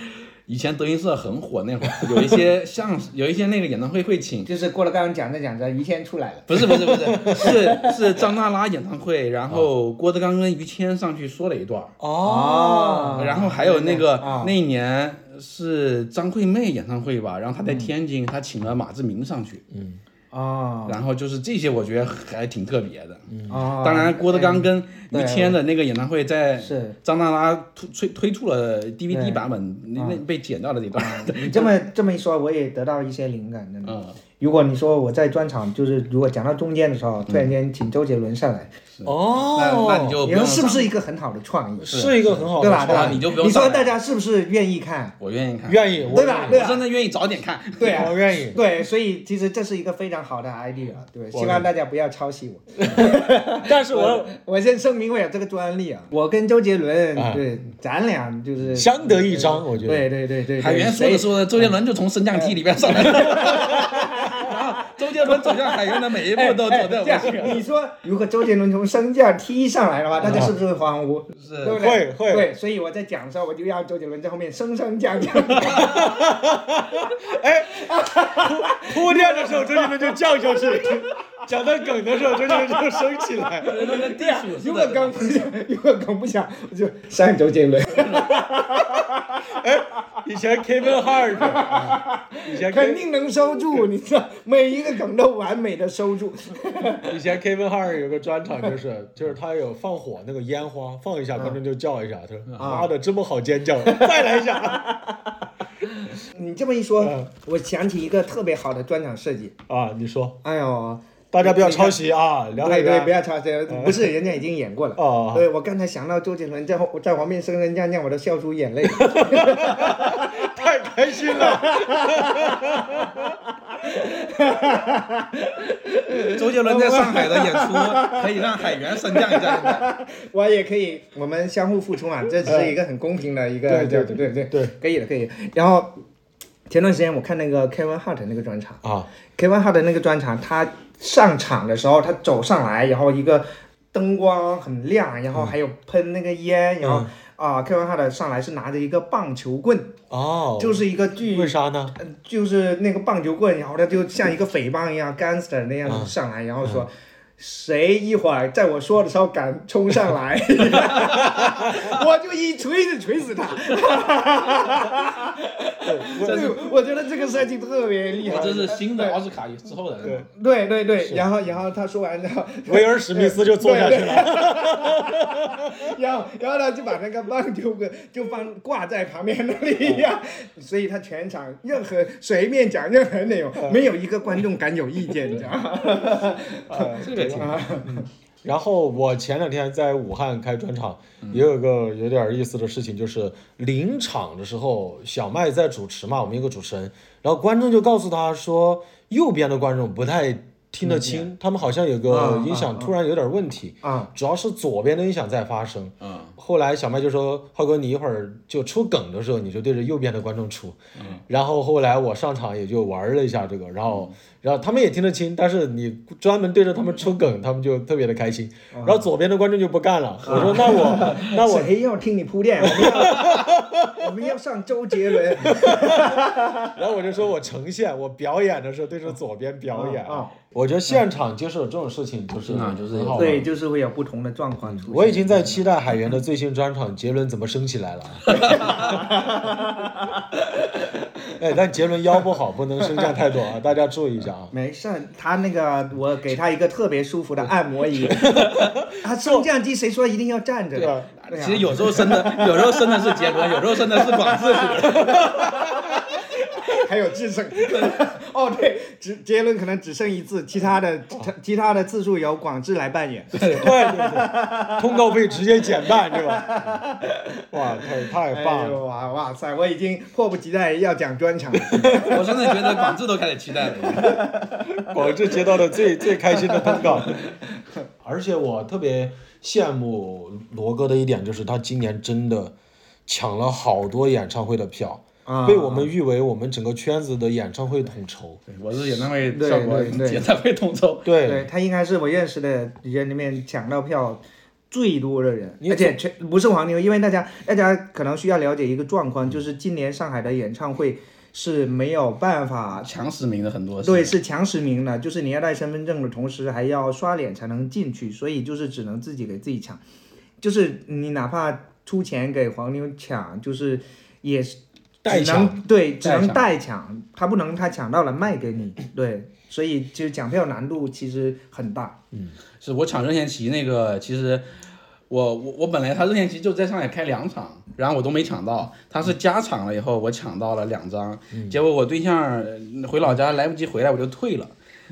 B: 以前德云社很火那会儿，有一些相声，有一些那个演唱会会请，
A: 就是过了刚刚讲着讲着，于谦出来了。
B: 不是不是不是，是是张娜拉演唱会，然后郭德纲跟于谦上去说了一段儿，
A: 哦
B: 然后还有那个、
A: 啊
B: 那一年是张惠妹演唱会吧，然后她在天津，她请了马志明上去，
A: 哦
B: 然后就是这些我觉得还挺特别的。
A: 哦，
B: 当然，郭德纲跟
A: 对
B: 于谦的那个演唱会在
A: 是
B: 张娜拉推推推出了 DVD
A: 对啊
B: 版本，那那被剪掉了这段。
A: 你这么这么一说，我也得到一些灵感，真的。
B: 嗯，
A: 如果你说我在专场，就是如果讲到中间的时候，突然间请周杰伦上来，
B: 那
C: 哦，
B: 那你就
A: 你
B: 不用
A: 说是不
B: 上？
A: 是一个很好的创意？
C: 是一个很好
A: 对
C: 的
A: 吧？对
C: 创
A: 吧？
B: 你就不用
A: 你说
B: 上来
A: 大家是不是愿意看？
B: 我愿意看，
C: 愿意，我
A: 对吧
C: 愿意
A: 对
B: 我真的愿意早点看。
A: 对啊
C: 我愿意。
A: 对，所以其实这是一个非常好的 idea，对，希望大家不要抄袭我。
C: 但是我
A: 我先声明，我有这个专利啊，我跟周杰伦
C: 啊，
A: 对，咱俩就是
C: 相得益彰，我觉得。
A: 对对对对，嗯
B: 海源说
A: 谁
B: 着说着，周杰伦就从升降梯里边上来了， 然后周杰伦走向海源的每一步都
A: 哎
B: 走在
A: 这
B: 我
A: 样，你说如果周杰伦从升降梯上来的话，大家是不是会欢呼？
B: 是
A: 对不对？
C: 啊会会
A: 对，所以我在讲的时候，我就要周杰伦在后面升升降 降。
C: 铺垫的时候，周杰伦就叫上去；讲到梗的时候，周杰伦就升起来。
B: 跟地鼠
A: 如
B: 似
A: 果
B: 的。
A: 梗不想，如果梗不想，我就上周杰 伦，
C: 以前 Kevin Hart，以前
A: 肯
C: K
A: 定能收住，你知道，每一个梗都完美的收 住。
C: 以前 Kevin Hart 有个专场，就是就是他有放火那个烟花，放一
A: 嗯
C: 下观众就叫一下，他说妈的这么好尖叫，再来一下
A: 你这么一说
C: 嗯，
A: 我想起一个特别好的专场设计。
C: 啊！你说，
A: 哎呦，
C: 大家不要抄袭啊，聊海
A: 对对，不
C: 源
A: 要抄袭，不是人家已经演过了。
C: 哦
A: 对我刚才想到周杰伦在后在旁边升升降降，我都笑出眼 泪。
C: 太开心了，
B: 周杰伦在上海的演出可以让海源升降一 下。
A: 我也可以，我们相互付出嘛，这只是一个很公平的一个，
C: 对对
A: 对对对
C: 对，
A: 可以的可以的。然后前段时间我看那个 Kevin Hart 那个专场
C: 啊
A: ，Kevin Hart 那个专场，他上场的时候，他走上来，然后一个灯光很亮，然后
C: 嗯
A: 还有喷那个烟，然后啊、k e v i n Hart 上来是拿着一个棒球棍，
C: 哦，
A: 就是一个巨
C: 为啥呢？
A: 呃就是那个棒球棍，然后他就像一个匪帮一样，gangster 那样上来，然后说。
B: 嗯
A: 谁一会儿在我说的时候敢冲上来， 我就一锤子锤死 他。对，我觉得这个设计特别厉害。
B: 我这是新的奥斯卡之后的。
C: 对
A: 对对对，然后然后他说完之后，
C: 威尔史密斯就坐下去了，
A: 然后然后他就把那个棒球棍就放挂在旁边那里呀，
C: 哦
A: 所以他全场任何随便讲任何内容，没有一个观众敢有意见，你知道吗？
B: 这个挺
C: 然后我前两天在武汉开专场，也有个有点意思的事情，就是临场的时候，小麦在主持嘛，我们一个主持人，然后观众就告诉他说，右边的观众不太听得嗯清，他们好像有个
A: 啊
C: 音响突然有点问题，
A: 啊
C: 主要是左边的音响在发声。
B: 嗯，
C: 后来小麦就说：“浩哥，你一会儿就出梗的时候，你就对着右边的观众出。”然后后来我上场也就玩了一下这个，然后然后他们也听得清，但是你专门对着他们出梗，他们就特别的开心。然后左边的观众就不干了，我说：“那我 那我
A: 谁哎要听你铺垫？我们要我们要 上周杰伦。
C: 然后我就说我呈现，我表演的时候对着左边表演。
A: 啊啊
C: 我觉得现场接受这种事情就是
B: 现场就是
C: 很好玩。
A: 对，就是会有不同的状况出现。
C: 我已经在期待海源 的最新专场《杰伦怎么升起来了》啊哎，但杰伦腰不好，不能升降太多啊，大家注意一下啊。
A: 没事儿，他那个我给他一个特别舒服的按摩 椅，他升降机谁说一定要站着的？
C: 啊
A: 对呀
B: 其实有时候伸的，有时候伸的是杰伦，有时候伸的是广志。
A: 还有制胜。 哦，对，只杰伦可能只剩一次，其他的
C: 哦
A: 其他的次数由广志来扮演。
C: 对对对，通告费直接减半，对吧？ 哇，太太棒
A: 哎
C: 了！
A: 呦哇哇塞！我已经迫不及待要讲专 场了。
B: 我真的觉得广志都开始期待了。
C: 广志接到的最最开心的通告。 而且我特别羡慕罗哥的一点就是，他今年真的抢了好多演唱会的票，被我们誉为我们整个圈子的演唱会统筹。
B: 对我是演唱会
A: 对
B: 效果，
A: 对对
B: 演唱会统筹。
C: 对，
A: 他应该是我认识的人里面抢到票最多的人，
C: 你
A: 而且全不是黄牛，因为大家大家可能需要了解一个状况，就是今年上海的演唱会是没有办法。
B: 啊强实名的很多是
A: 对，是强实名的，就是你要带身份证的同时还要刷脸才能进去，所以就是只能自己给自己抢，就是你哪怕出钱给黄牛抢，就是也是
C: 代
A: 只
C: 抢
A: 能对，只
B: 代
A: 能
B: 抢
A: 代抢，他不能他抢到了卖给你，对，所以其实抢票难度其实很 大。
B: 是我抢任贤齐那个，其实我我我本来他任贤齐就在上海开两场，然后我都没抢到，他
A: 嗯
B: 是加场了以后我抢到了两张，结果我对象呃回老家来不及回来我就退了。
A: 嗯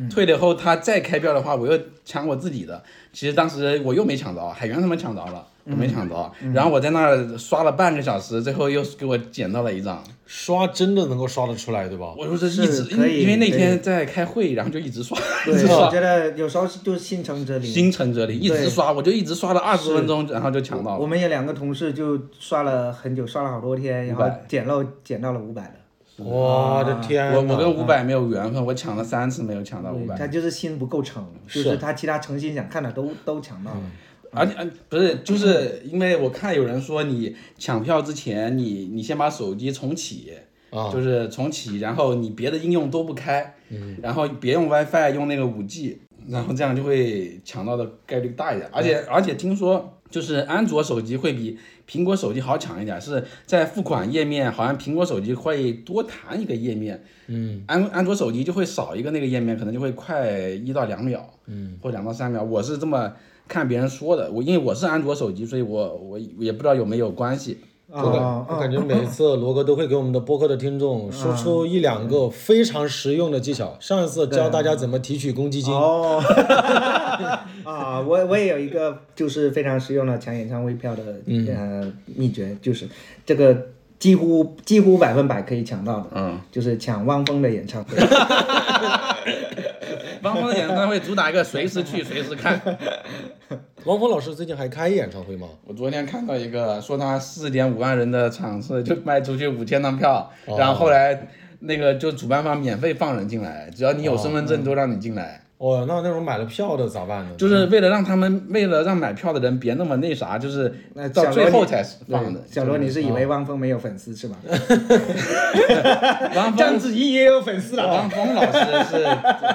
B: 退了以后，他再开票的话，我又抢我自己的。其实当时我又没抢着，海源他们抢着了，我没抢着。
A: 嗯
B: 然后我在那儿刷了半个小时，最后又给我捡到了一张。
C: 刷真的能够刷得出来，对吧？
B: 我说这
A: 是
B: 一直，因
A: 可
B: 为
A: 以
B: 因为那
A: 可以
B: 天在开会，然后就一直刷，一
A: 对，
B: 直
A: 我
B: 刷，
A: 觉得有时候是就是心诚则灵。
B: 心诚则灵，一直
A: 对
B: 刷，我就一直刷了二十
A: 是
B: 分钟，然后就抢到
A: 我
B: 了。
A: 们有两个同事就刷了很久，刷了好多天，然后
B: 500
A: 捡漏捡到了五百的，
C: 我的天
B: 我我
C: 呐！
B: 跟五百没有缘分，我抢了三次没有抢到五
A: 他
B: 百，
A: 就是心不够诚，就是他其他诚心想看的都都抢到了。
B: 而且呃不是，就是因为我看有人说你抢票之前，你你先把手机重启，
C: 啊
B: 就是重启，然后你别的应用都不开，然后别用 WiFi，用那个五 G，然后这样就会抢到的概率大一点。而且而且听说就是安卓手机会比苹果手机好抢一点，是在付款页面好像苹果手机会多弹一个页面，嗯，安安卓手机就会少一个那个页面，可能就会快一到两秒，嗯，或两到三秒。我是这么看别人说的，我因为我是安卓手机，所以我我也不知道有没有关系。
C: 我
A: 啊
C: 感我感觉每次罗哥都会给我们的播客的听众输出一两个非常实用的技巧。上一次教大家怎么提取公积金，
A: 哦， 啊，我我也有一个就是非常实用的抢演唱会票的、
B: 嗯
A: 呃秘诀，就是这个几乎几乎百分百可以抢到的，嗯，就是抢汪峰的演唱会。
B: 汪峰的演唱会主打一个随时去随时看。
C: 王峰老师最近还开演唱会吗？
B: 我昨天看到一个说他四点五万人的场次就卖出去五千张票，
A: 哦
B: 然后后来那个就主办方免费放人进来，只要你有身份证都让你进来，
C: 哦，那那种买了票的咋办呢？
B: 就是为了让他们为了让买票的人别那么那啥，就是
A: 那
B: 到
A: 小
B: 最
A: 罗
B: 后
A: 你
B: 才是 放的啊
A: 对。小罗，你是以为汪峰没有粉丝是吧？
B: 王
A: 章
B: 峰
A: 子怡也有粉丝了。
B: 王峰老师是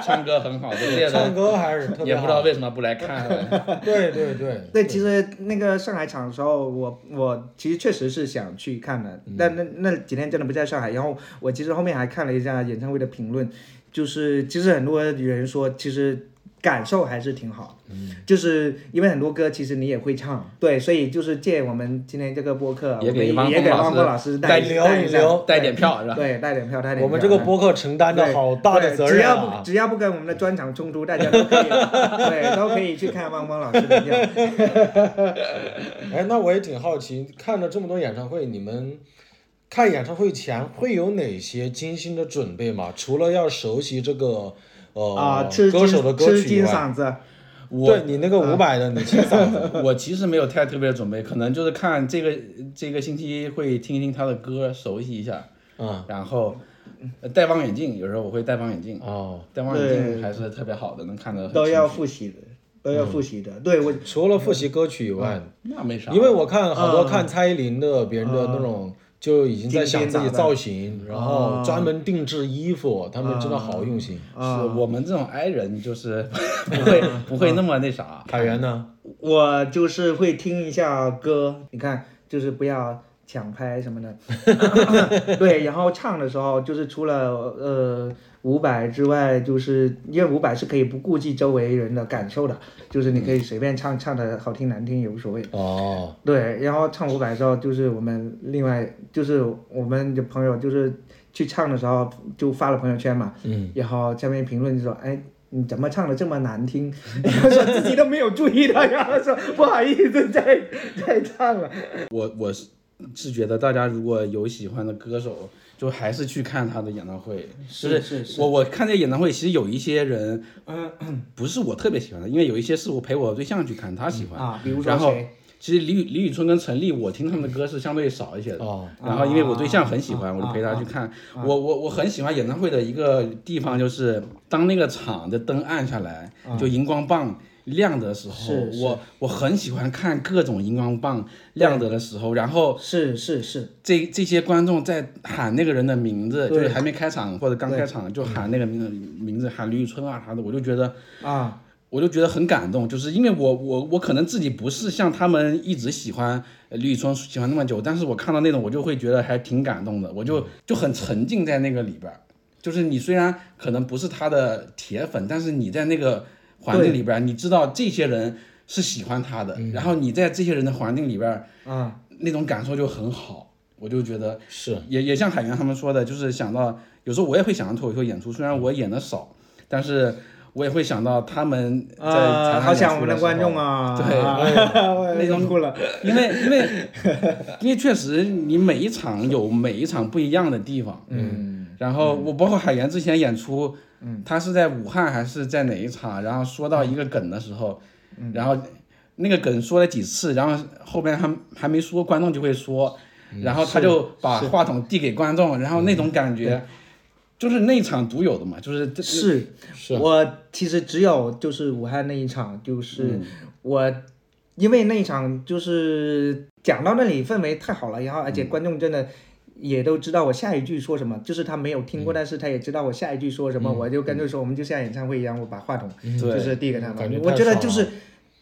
B: 唱歌很好的，这些
C: 唱
B: 人
C: 歌还是特别
B: 也
C: 好
B: 不知道为什么不来看了。
C: 对对对，
A: 对，其实那个上海场的时候，我我其实确实是想去看的，
C: 嗯
A: 但那那几天真的不在上海。然后我其实后面还看了一下演唱会的评论，就是其实很多人说，其实感受还是挺好，
C: 嗯
A: 就是因为很多歌其实你也会唱，对，所以就是借我们今天这个播客，
B: 也
A: 我们
B: 给汪峰
A: 也给
B: 老
A: 汪
B: 师
A: 峰老师
C: 带
A: 带
C: 流
A: 带一
C: 一
A: 下
C: 流
B: 带 点票是吧
A: 对，带点票，带点票。
C: 我们这个播客承担着
A: 对
C: 好大的
A: 对
C: 责
A: 只
C: 任
A: 要不
C: 啊！
A: 只要不跟我们的专场冲突，大家都 可以，对，都可以去看汪峰老师的票。
C: 哎，那我也挺好奇，看了这么多演唱会，你们看演唱会前会有哪些精心的准备吗？除了要熟悉这个呃、
A: 啊，吃
C: 歌
A: 金
C: 手的歌
A: 吃
C: 曲以
A: 金
C: 外，
A: 嗓嗯子，
C: 对你那个五百的，你清 嗓子。
B: 我其实没有太特别的准备，可能就是看这个这个星期会听一听他的歌，熟悉一下。
C: 嗯，
B: 然后呃戴望远镜，有时候我会戴望远镜，
C: 哦，
B: 戴望远镜
A: 对
B: 还是特别好的，能看得很
A: 都
B: 清
A: 要
B: 楚
A: 复习的，都
C: 嗯
A: 要复习的。对我
C: 除了复习歌曲以外，
A: 嗯
B: 那没啥，
C: 因为我看好多看蔡依林的别人的那
A: 嗯
C: 种，就已经在想自己
A: 精心打扮
C: 造型，
A: 嗯
C: 然后专门定制衣服，他们真的好用心。
A: 啊
B: 是我们这种 i 人就是 不 会不会那么那
A: 嗯
B: 啥，
A: 啊
C: 海源呢？
A: 我就是会听一下歌，你看，就是不要。抢拍什么 的。对，然后唱的时候就是除了呃伍佰之外，就是因为伍佰是可以不顾及周围人的感受的，就是你可以
C: 嗯
A: 随便唱，唱的好听难听也无所谓。
C: 哦，
A: 对，然后唱伍佰的时候，就是我们另外就是我们的朋友，就是去唱的时候就发了朋友圈嘛，嗯，然后下面评论就说，哎，你怎么唱的这么难听？ 然后说自己都没有注意到，然后说不好意思，再再唱了。
B: 我我是是觉得大家如果有喜欢的歌手，就还是去看他的演唱会。就是
A: 是
B: 我我看这演唱会，其实有一些人，嗯，不是我特别喜欢的，因为有一些是我陪我对象去看，他喜欢
A: 啊比如说
B: 然后
A: 谁
B: 其实李宇李宇春跟陈粒，我听他们的歌是相对少一些的。
C: 哦
B: 然后因为我对象很喜
A: 哦
B: 欢，我就陪他去看。我我我很喜欢演唱会的一个地方就是，当那个场的灯暗下来，就荧光棒。亮的时候，
A: 嗯是是
B: 我我很喜欢看各种荧光棒亮着的时候，然后
A: 是是是，
B: 这这些观众在喊那个人的名字，就
A: 对
B: 是还没开场或者刚开场就喊那个名字名字，喊李宇春啊啥的，我就觉得
A: 啊，
B: 我就觉得很感动，就是因为我我我可能自己不是像他们一直喜欢呃李宇春喜欢那么久，但是我看到那种我就会觉得还挺感动的，我就就很沉浸在那个里边儿。就是你虽然可能不是他的铁粉，但是你在那个环境里边儿，你知道这些人是喜欢他的，然后你在这些人的环境里边儿，
A: 啊，
B: 那种感受就很好，我就觉得
C: 是
B: 也也像海源他们说的，就是想到有时候我也会想到脱口秀演出，虽然我演的少，但是我也会想到他们在
A: 啊，
B: 台
A: 好
B: 上
A: 想
B: 演
A: 我们
B: 出的
A: 的
B: 时候
A: 观众，啊，
B: 对哎
A: 啊， 我
B: 那种
A: 哭了，
B: 因为因为因为确实你每一场有每一场不一样的地方，嗯，然后我包括海源之前演出，嗯，他是在武汉还是在哪一场，然后说到一个梗的时候，然后那个梗说了几次，然后后边还还没说，观众就会说，然后他就把话筒递给观众，然后那种感觉。就是那场独有的嘛，就是这
A: 是，我其实只有就是武汉那一场，就是我因为那一场就是讲到那里氛围太好了，然后
C: 嗯
A: 而且观众真的。也都知道我下一句说什么，就是他没有听
C: 嗯
A: 过，但是他也知道我下一句说什么，我就干脆说我们就像演唱会一样，我把话筒就
B: 嗯对
A: 是递给他们
C: 嗯感觉。
A: 我
C: 太
A: 觉得
C: 爽
A: 就是
C: 了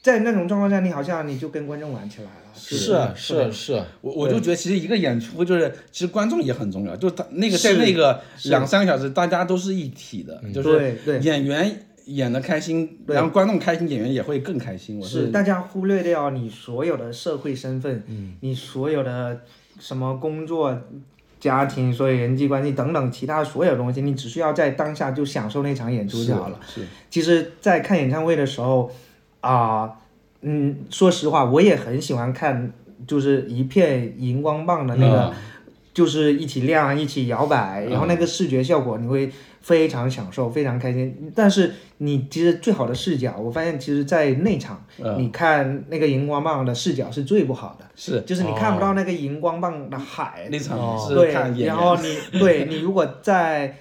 A: 在那种状况下，你好像你就跟观众玩起来了。就是
C: 是啊是，
B: 我我就觉得其实一个演出就是，其实观众也很重要，就是他那个在那个两三个小时，大家都是一体的，
C: 嗯
B: 就是
A: 嗯对对
B: 演员演的开心，然后观众开心，演员也会更开心。我
A: 是大家忽略掉你所有的社会身份，
B: 嗯
A: 你所有的什么工作、家庭、所有人际关系等等其他所有东西，你只需要在当下就享受那场演出就好了。
B: 是
A: 其实，在看演唱会的时候，啊、嗯，说实话，我也很喜欢看，就是一片荧光棒的那个，
B: 嗯
A: 就是一起亮、一起摇摆，然后那个视觉效果，你会非常享受、非常开心。但是你其实最好的视角，我发现其实，在内场，你看那个荧光棒的视角是最不好的，
B: 嗯是
A: 就是你看不到那个荧光棒的海，
B: 那场
C: 哦
B: 是
A: 对
B: 看，演员
A: 然后你对你如果在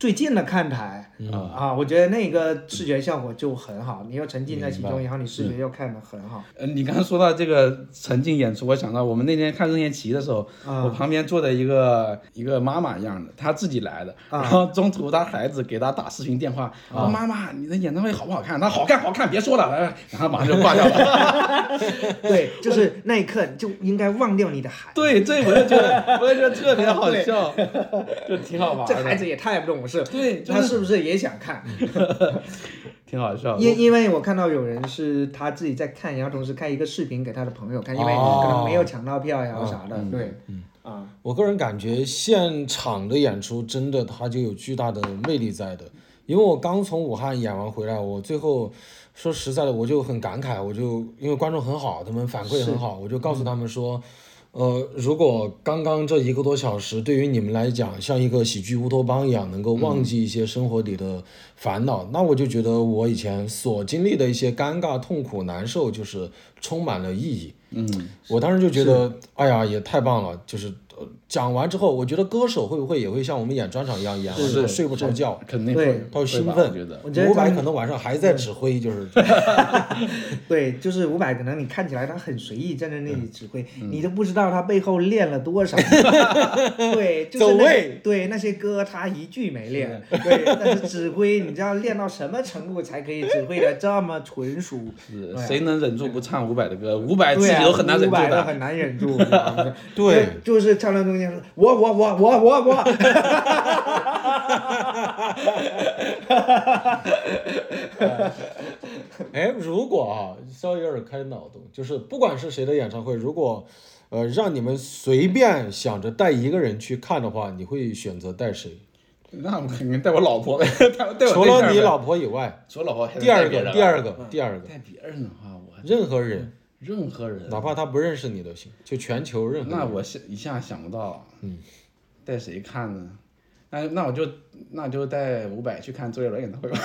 A: 最近的看台、
B: 嗯
A: 啊，我觉得那个视觉效果就很好，你又沉浸在其中，然后你视觉又看得很好。
B: 呃，你刚刚说到这个沉浸演出，我想到我们那天看任贤齐的时候，
A: 啊嗯
B: 我旁边坐的一个一个妈妈一样的，她自己来的，
A: 啊
B: 然后中途她孩子给她打视频电话，说、妈妈，你的演唱会好不好看？她好看好看，别说了，来来然后马上就挂掉了。
A: 对，就是那一刻你就应该忘掉你的 孩。
B: 对，这我就觉得，我就觉得特别好笑，就挺好玩
A: 这孩
B: 的，
A: 子也太不懂事，
B: 对就是
A: 他是不是也想看？
B: 挺好笑的。
A: 因因为我看到有人是他自己在看，然后同时看一个视频给他的朋友看，因为
B: 哦
A: 可能没有抢到票呀、后啥
B: 嗯
A: 的。对，啊，
C: 我个人感觉现场的演出真的它就有巨大的魅力在的，因为我刚从武汉演完回来，我最后说实在的，我就很感慨，我就因为观众很好，他们反馈很好，我就告诉他们说。呃，如果刚刚这一个多小时对于你们来讲像一个喜剧乌托邦一样，能够忘记一些生活里的烦恼，那我就觉得我以前所经历的一些尴尬、痛苦、难受，
B: 嗯
C: 就是充满了意义。我当时就觉得，哎呀，也太棒了！就是、呃讲完之后，我觉得歌手会不会也会像我们演专场一样，演完之后
B: 是
C: 睡不着觉，
B: 哦肯定
A: 对
B: 会
C: 他
B: 会
C: 兴
B: 吧
C: 奋
B: 我觉得
A: 我觉得
C: 伍
A: 他
C: 佰
A: 们
C: 可能晚上还在指 挥，就是
A: 对，就是伍佰，可能你看起来他很随意，站在那里指挥，
B: 嗯
A: 你都不知道他背后练了多 少。对，就是
C: 走
A: 那
C: 位
A: 对那些歌他一句没练，对，但是指挥你知道练到什么程度才可以指挥的这么纯熟？
B: 是
A: 对啊
B: 谁能忍住不唱伍佰的歌？伍佰自
A: 对
B: 己
A: 啊，
B: 都很难忍
A: 伍
B: 住
A: 佰都
B: 的。
A: 很难忍住。你知道 吗
C: 对
A: 就就是唱到中间说，我我我我我我，
C: 哎，如果啊，稍微有点开脑洞，就是不管是谁的演唱会，如果呃让你们随便想着带一个人去看的话，你会选择带谁？
B: 那我肯定带我老婆呗，带我带我
C: 除
B: 啊对象
C: 了你
B: 呗，
C: 老婆以外，
B: 除了老婆，
C: 第二个，第二，个，第二个，
B: 啊带别人的话，我
C: 任何人，
B: 任何人，
C: 哪怕他不认识你都行，就全球
A: 嗯
C: 任何人。
B: 那我想一下想不到，嗯，带谁看呢？那那我就那就带伍佰去看周杰伦演唱会吧。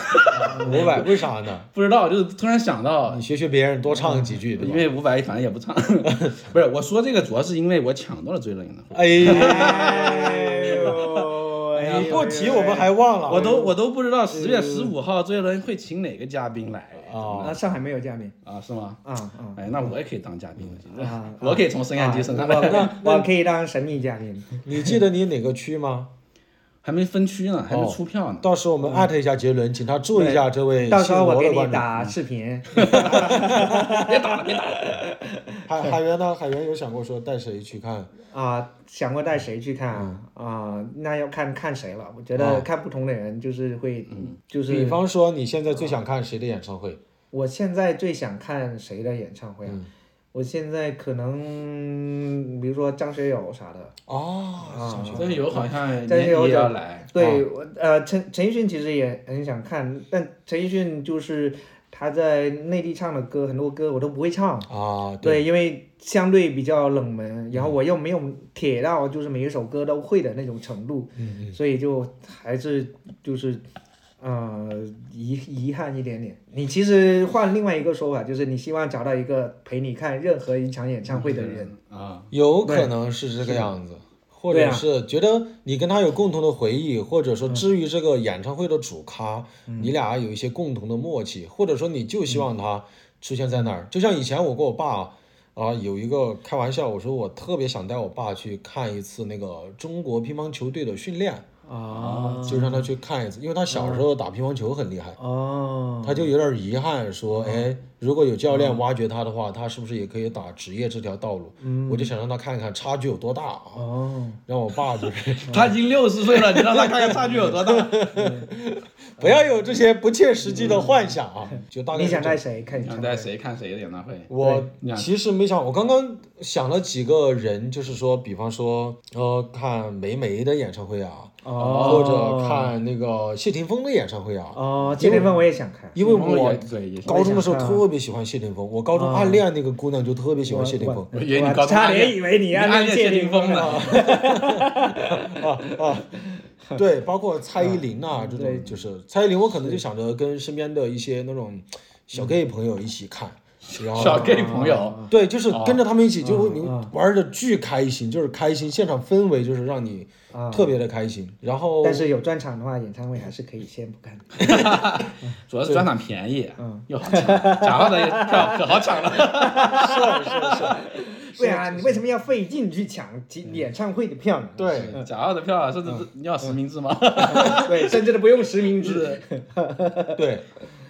C: 伍佰为啥呢？
B: 不知道，就是突然想到
C: 你，学学别人，多唱几句，对
B: 因
C: 吧？
B: 为伍佰反正也不唱， 不是我说这个主要是因为我抢到了周杰伦演唱会。
C: 哎呦，
A: 哎呦哎
B: 哎
C: 你不提我们还忘了，
B: 我都我都不知道十月十五号周杰伦会请哪个嘉宾来
C: 啊，
A: 啊，上海没有嘉宾
B: 啊？是吗？
A: 啊啊
B: 哎，那我也可以当嘉宾，我觉得
A: 啊！
B: 我可以从升降机升上
A: 我
B: 来，
A: 我我可以当神秘嘉宾。
C: 你记得你哪个区吗？
B: 还没分区呢，还
A: 哦
B: 没出票呢。
C: 到时候我们艾特一下杰伦，请他注意一下这位
A: 嗯到时候我
C: 姓
A: 给
C: 罗的
A: 你
C: 观众。
A: 打视频，
C: 海海源呢？海源有想过说带谁去看？
A: 啊，想过带谁去看啊？啊，那要看看谁了。我觉
C: 啊
A: 得看不同的人就是会，就
C: 比
A: 是
C: 方说你现在最想看谁的演唱会？
A: 我现在最想看谁的演唱会啊？我现在可能比如说张学友啥的，啊
C: 哦，
B: 但是有好像
A: 但
B: 年
A: 是
B: 底
A: 有
B: 也
A: 点
B: 要
C: 哎
B: 来，
A: 对，我呃，陈陈奕迅其实也很想看，但陈奕迅就是他在内地唱的歌，很多歌我都不会唱。
C: 啊，对，
A: 对，
C: 嗯
A: 因为相对比较冷门，然后我又没有铁到就是每一首歌都会的那种程度，
C: 嗯
A: 所以就还是就是，呃，遗遗憾一点点。你其实换另外一个说法，就是你希望找到一个陪你看任何一场演唱会的人，
B: 啊，
C: 有可能是这个样子，或
A: 对
C: 者
A: 啊
C: 是觉得你跟他有共同的回忆，或者说至于这个演唱会的主咖，
A: 嗯
C: 你俩有一些共同的默契，或者说你就希
A: 嗯
C: 望他出现在那儿。就像以前我跟我爸啊有一个开玩笑，我说我特别想带我爸去看一次那个中国乒乓球队的训练。
A: 啊，
C: 就让他去看一次，因为他小时候打乒乓球很厉害，
A: 哦，
C: 他就有点遗憾说，哎，如果有教练挖掘他的话，他是不是也可以打职业这条道路？
A: 嗯
C: 我就想让他看看差距有多大啊，
A: 哦，
C: 让我爸就是
B: 他已经六十岁了，你让他看看差距有多大？
C: 不要有这些不切实际的幻想啊，就大概
A: 嗯你
C: 是这
A: 想
C: 样
A: 带谁看
B: 你
A: 演唱
B: 想
A: 会？
B: 带谁看谁的演唱会？
C: 我
B: 对你想
C: 其实没想，我刚刚想了几个人，就是说，比方说，呃，看霉霉的演唱会啊，或
A: 哦
C: 者看那个谢霆锋的演唱会啊，
A: 哦，谢霆锋我也想看。
C: 因为
B: 然后
C: 我
B: 也对也
C: 高中的时候
A: 我也想看啊啊
C: 特别喜欢谢霆锋，我高中暗恋那个姑娘就特别喜欢谢霆锋
A: 我
B: 我以为你高中
A: 差
B: 暗恋
A: 点以为你
B: 暗
A: 暗
B: 恋谢
A: 谢
B: 霆锋
A: 了。
B: 呢，
C: 啊，对，包括蔡依林
A: 啊
C: 呐、这种，就是蔡依林，我可能就想着跟身边的一些那种小 gay 朋友一起看，然后
B: 小 gay 朋友，
C: 对，就是跟着他们一起，就会
A: 嗯
C: 你
A: 嗯
C: 玩的巨开心，就是开心，现场氛围就是让你
A: 啊
C: 特别的开心。然后
A: 但是有专场的话，演唱会还是可以先不看。
B: 主要是专场便宜，又好抢，假发 的票可好抢了。
A: 对啊，你为什么要费劲去抢其演唱会的票呢？
C: 对，
B: 假发的票甚至是你要实名制吗？
A: 对，甚至都不用实名制。
C: 对，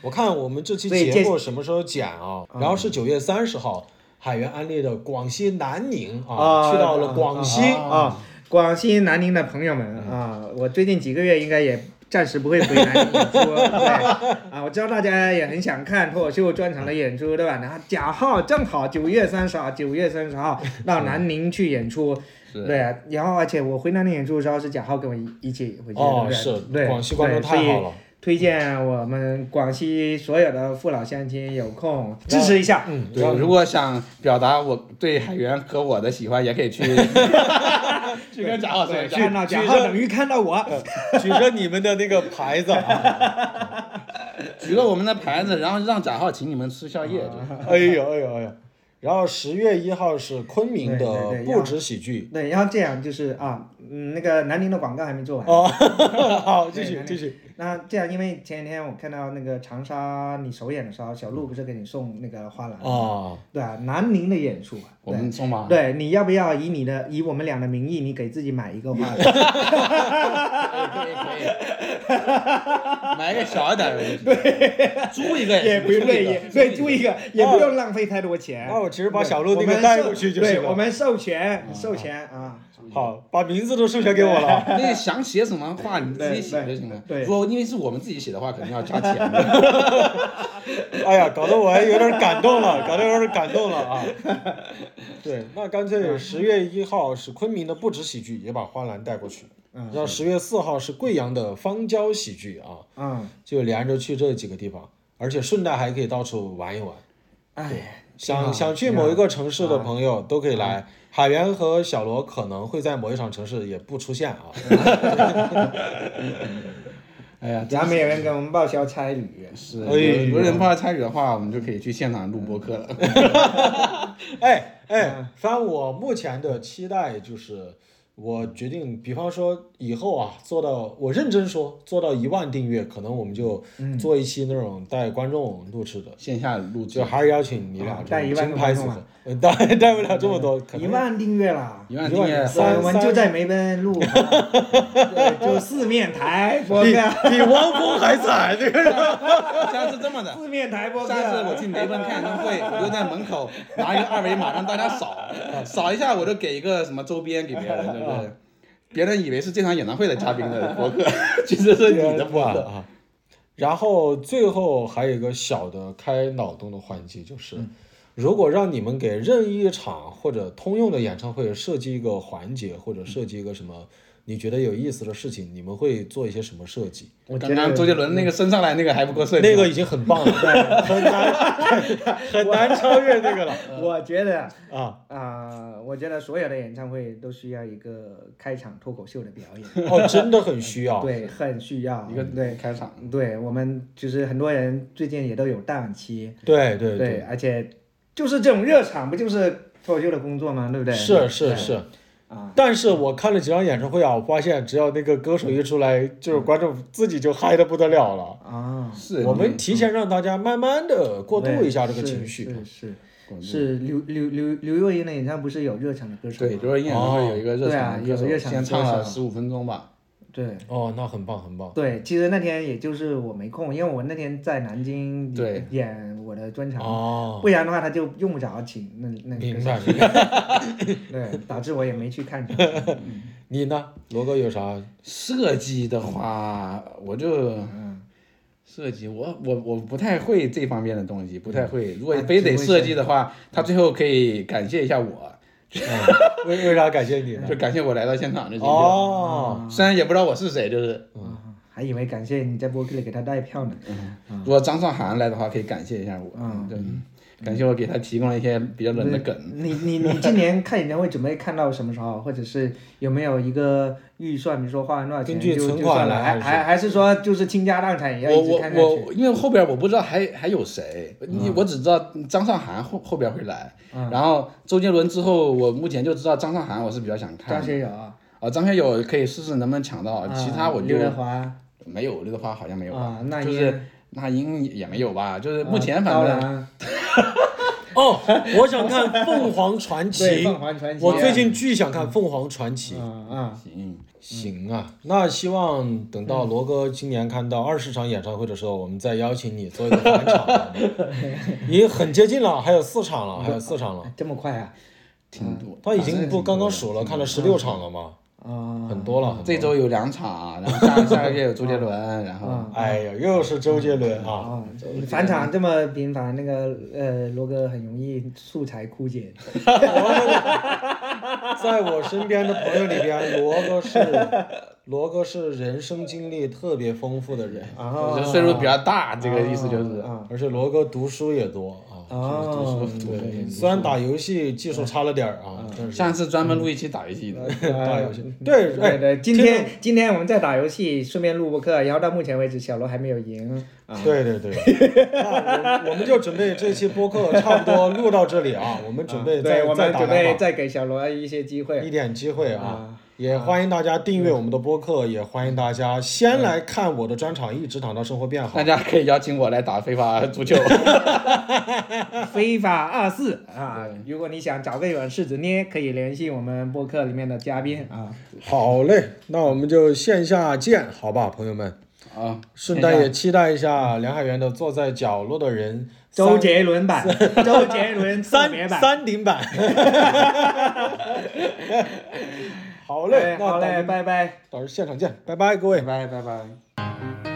C: 我看我们这期
A: 所以
C: 节
A: 这
C: 目什么时候剪啊？然后是九月三十号，海源安利的广西南宁啊，
A: 啊
C: 去到了广西。
A: 啊，广西南宁的朋友们啊，我最近几个月应该也暂时不会回南宁演出，对啊，我知道大家也很想看脱口秀专场的演出，对吧？然后贾浩正好九月三十号，九月三十号到南宁去演出，
B: 是
A: 对啊，然后而且我回南宁演出的时候是贾浩跟我一一起回去的，
C: 哦，
A: 对
C: 是
A: 不对对，
C: 广西观众
A: 对所
C: 太
A: 以
C: 好了。
A: 推荐我们广西所有的父老乡亲有空支持一下。
C: 嗯，对
B: 对，，如果想表达我对海源和我的喜欢，也可以去 去跟贾老师去
A: 看到贾浩等于看到我，
C: 举着你们的那个牌 子啊，
B: 举了我们的牌子，然后让贾浩请你们吃宵夜。就
C: 哎呦哎呦哎呦，然后十月一号是昆明
A: 对对
C: 的
A: 对
C: 不止喜剧。
A: 对，然后这样就是啊，嗯，那个南宁的广告还没做完。
C: 哦， 好，继
A: 对
C: 续
A: 南
C: 继
A: 宁
C: 续。
A: 那这样，因为前几天我看到那个长沙你首演的时候，小鹿不是给你送那个花篮？
C: 啊，
A: 对啊，南宁的演出啊，
B: 我们送吗？
A: 对，你要不要以你的以我们俩的名义，你给自己买一个花篮？
B: 可以可以， 买个小一点的，对，租一个
A: 也不
B: 是
A: 用对，也对，
B: 租
A: 注意一个，也不用浪费太多钱。
C: 哦那我其实把
A: 对
C: 小鹿那
A: 我
C: 个
A: 们
C: 带
A: 授
C: 过去就
A: 对
C: 行了哦
A: 我们授权，授权啊，
C: 好，把名字都授权给 我了。
B: 那想写什么话你自己写就行了。
A: 对对对
B: 如果因为是我们自己写的话，肯定要加钱 的。
C: 哎呀，搞得我还有点感动了，搞得有点感动了啊！对，那干脆十月一号是昆明的不止喜剧，也把花篮带过去。
A: 嗯
C: 然后十月四号是贵阳的芳椒喜剧啊，
A: 嗯，
C: 就连着去这几个地方，而且顺带还可以到处玩一玩。
A: 哎，
C: 想想去
A: 挺
C: 某
A: 好
C: 一个城市的
A: 啊
C: 朋友都可以来。海源和小罗可能会在某一场城市也不出现啊。
B: 哎呀，
A: 然后没有人给我们报销差旅，
B: 是
C: 哎呀
B: 有人怕参与的话，我们就可以去现场录播客了。
C: 哎
A: 啊
C: 哎，反正我目前的期待就是，我决定，比方说以后啊，做到我认真说，做到一万订阅，可能我们就
A: 嗯
C: 做一期那种带观众录制的，
B: 线下录制
C: 就还是邀请你俩
A: 啊带
C: 这
A: 一
C: 种
A: 万
C: 金
A: 个
C: 牌
A: 观
C: 组
A: 众嗯
C: 合，呃带带不了这么多，哦可
A: 一
C: 能
A: 万订阅啦。
B: 一万订阅，
C: 三
A: 对我们就在梅奔路， 对就四面台播
C: 比
A: 客，
C: 比汪峰 还惨，这个人。
B: 下次这么的。
A: 四面台播客。
B: 下次我去梅奔看演唱会，我就在门口拿一个二维码让大家扫，扫一下我就给一个什么周边给别人，对不对？别人以为是这场演唱会的嘉宾的博客， 其实是你的博
C: 话
B: 客。
C: 啊。然后最后还有一个小的开脑洞的环节，就是、
A: 嗯
C: 如果让你们给任意一场或者通用的演唱会设计一个环节，或者设计一个什么你觉得有意思的事情，你们会做一些什么设计？
A: 我觉得
B: 刚刚周杰伦那个升上来那个还不够设计，
C: 那个已经很棒了， 很难很难超越那个了
A: 我觉得
C: 啊！
A: 啊、我觉得所有的演唱会都需要一个开场脱口秀的表演，
C: 哦，真的很需要。
A: 对，很需要
B: 一个
A: 对。
B: 开场，
A: 对我们就是很多人最近也都有档期，
C: 对对
A: 而且就是这种热场不就是脱口秀的工作吗？对不对？
C: 是是
A: 对
C: 是
A: 啊。
C: 但是我看了几场演唱会啊，我发现只要那个歌手一出来，就是
A: 嗯
C: 观众自己就嗨的不得了了。
A: 啊，
B: 是
C: 我们提前让大家慢慢的过渡一下这个情绪。
A: 是是是是刘刘刘刘若英的演唱会不是有热场的歌手
B: 对，
A: 吗？
B: 就是演唱会有一个热场的歌手，
A: 对啊有热场的
B: 先
A: 歌手
B: 唱了十五分钟吧，
A: 对
C: 哦，那很棒，很棒。
A: 对，其实那天也就是我没空，因为我那天在南京
B: 对
A: 演我的专场，
C: 哦，
A: 不然的话他就用不着请那那个
C: 明
A: 歌
C: 白
A: 手
C: 明白。
A: 对，导致我也没去 看。
C: 你呢，罗哥有啥？
B: 设计的话，我就设计，我我我不太会这方面的东西，不太嗯会。嗯如果
A: 啊
B: 非得
A: 只会
B: 设计的话，他最后可以感谢一下我，
C: 嗯为为啥感谢你呢？
B: 就感谢我来到现场这些。
C: 哦，
B: 虽然也不知道我是谁，就是
C: 嗯
A: 啊，还以为感谢你在播客里给他带票呢。
B: 如果张韶涵来的话，可以感谢一下我，
A: 嗯
B: 对，感谢我给他提供了一些比较冷的梗。
A: 你你你今年看演唱会准备看到什么时候，或者是有没有一个预算，比如说花完多少钱
C: 根据
A: 就就
C: 存
A: 算
C: 款
A: 了，
C: 来
A: 还
C: 还是
A: 还还是说就是倾家荡产也要
B: 我
A: 一直
B: 我
A: 看下去？
B: 我，因为后边我不知道还还有谁，你我只知道张韶涵后后边会来，
C: 嗯
B: 然后周杰伦之后，我目前就知道张韶涵我是比较想看
A: 张
B: 的。
A: 学友啊，
B: 啊，张学友可以试试能不能抢到，
C: 嗯
B: 其他我就
A: 嗯刘德华
B: 没有，刘德华好像没有吧
A: 啊，，那
B: 就
A: 英
B: 是那英也没有吧，就是
C: 嗯
B: 目前
A: 啊
B: 反
A: 刀
B: 正
A: 郎
C: 哦，我想看《凤凰传奇啊嗯
A: 对凤》，凰传奇，
C: 我最近巨想看《凤凰传奇》。
B: 嗯
A: 啊
B: 行，
C: 行啊，那希望等到罗哥今年看到二十场演唱会的时候，我们再邀请你做一个返场 好吗。也很接近了，还有四场了，还有四
B: 哦
C: 场了。
A: 啊，这么快啊
B: 挺多。
C: 他已经不刚刚数了，看嗯了十六场了吗？
A: 啊
C: 很多了，很多
B: 这
C: 了。
B: 周有两场，然后下下个月有周杰伦，然后
A: 啊
C: 哎呀，又是周杰伦啊！
A: 啊！返场这么频繁，那个呃，罗哥很容易素材枯竭。
C: 在我身边的朋友里边，罗哥是罗哥是人生经历特别丰富的人，
A: 啊
C: 嗯
B: 就岁数比较大，这个意思就是嗯
A: 啊
C: 而且罗哥读书也多啊。
A: 哦，
C: 对，虽然打游戏技术差了点儿
A: 嗯
C: 啊，但是
B: 上次专门录一期 打游戏的，
C: 打游戏对，
A: 啊对
C: 哎，
A: 对，今天今天我们在打游戏，顺便录播课，然后到目前为止，小罗还没有赢。
C: 对对对，那我我们就准备这期播客差不多录到这里啊，我们准备
A: 嗯对，
C: 再
A: 我
C: 再
A: 们
C: 打
A: 准备
C: 两
A: 再嗯给小罗一些机
C: 把，
A: 会。
C: 一点机会啊。也欢迎大家
A: 嗯
C: 订阅我们的播客，也欢迎大家先来看我的专场《一直躺到生活变好
B: 大》。家可以邀请我来打非法足球。
C: 嗯
A: 非法二四啊，如果你想找个软柿子捏，可以联系我们播客里面的嘉宾啊。
C: 好嘞，那我们就线下见，好吧，朋友们。
B: 啊，
C: 顺带也期待一下梁海源的《坐在角落的人》
A: 周杰伦版，周杰伦特别
C: 三
A: 版。
C: 三 顶版。好嘞，
A: 哎
C: 那
A: 好嘞，
C: 咱们
A: 拜拜，哎
C: 到时候现场见，拜拜，各位。
A: 拜拜，拜拜。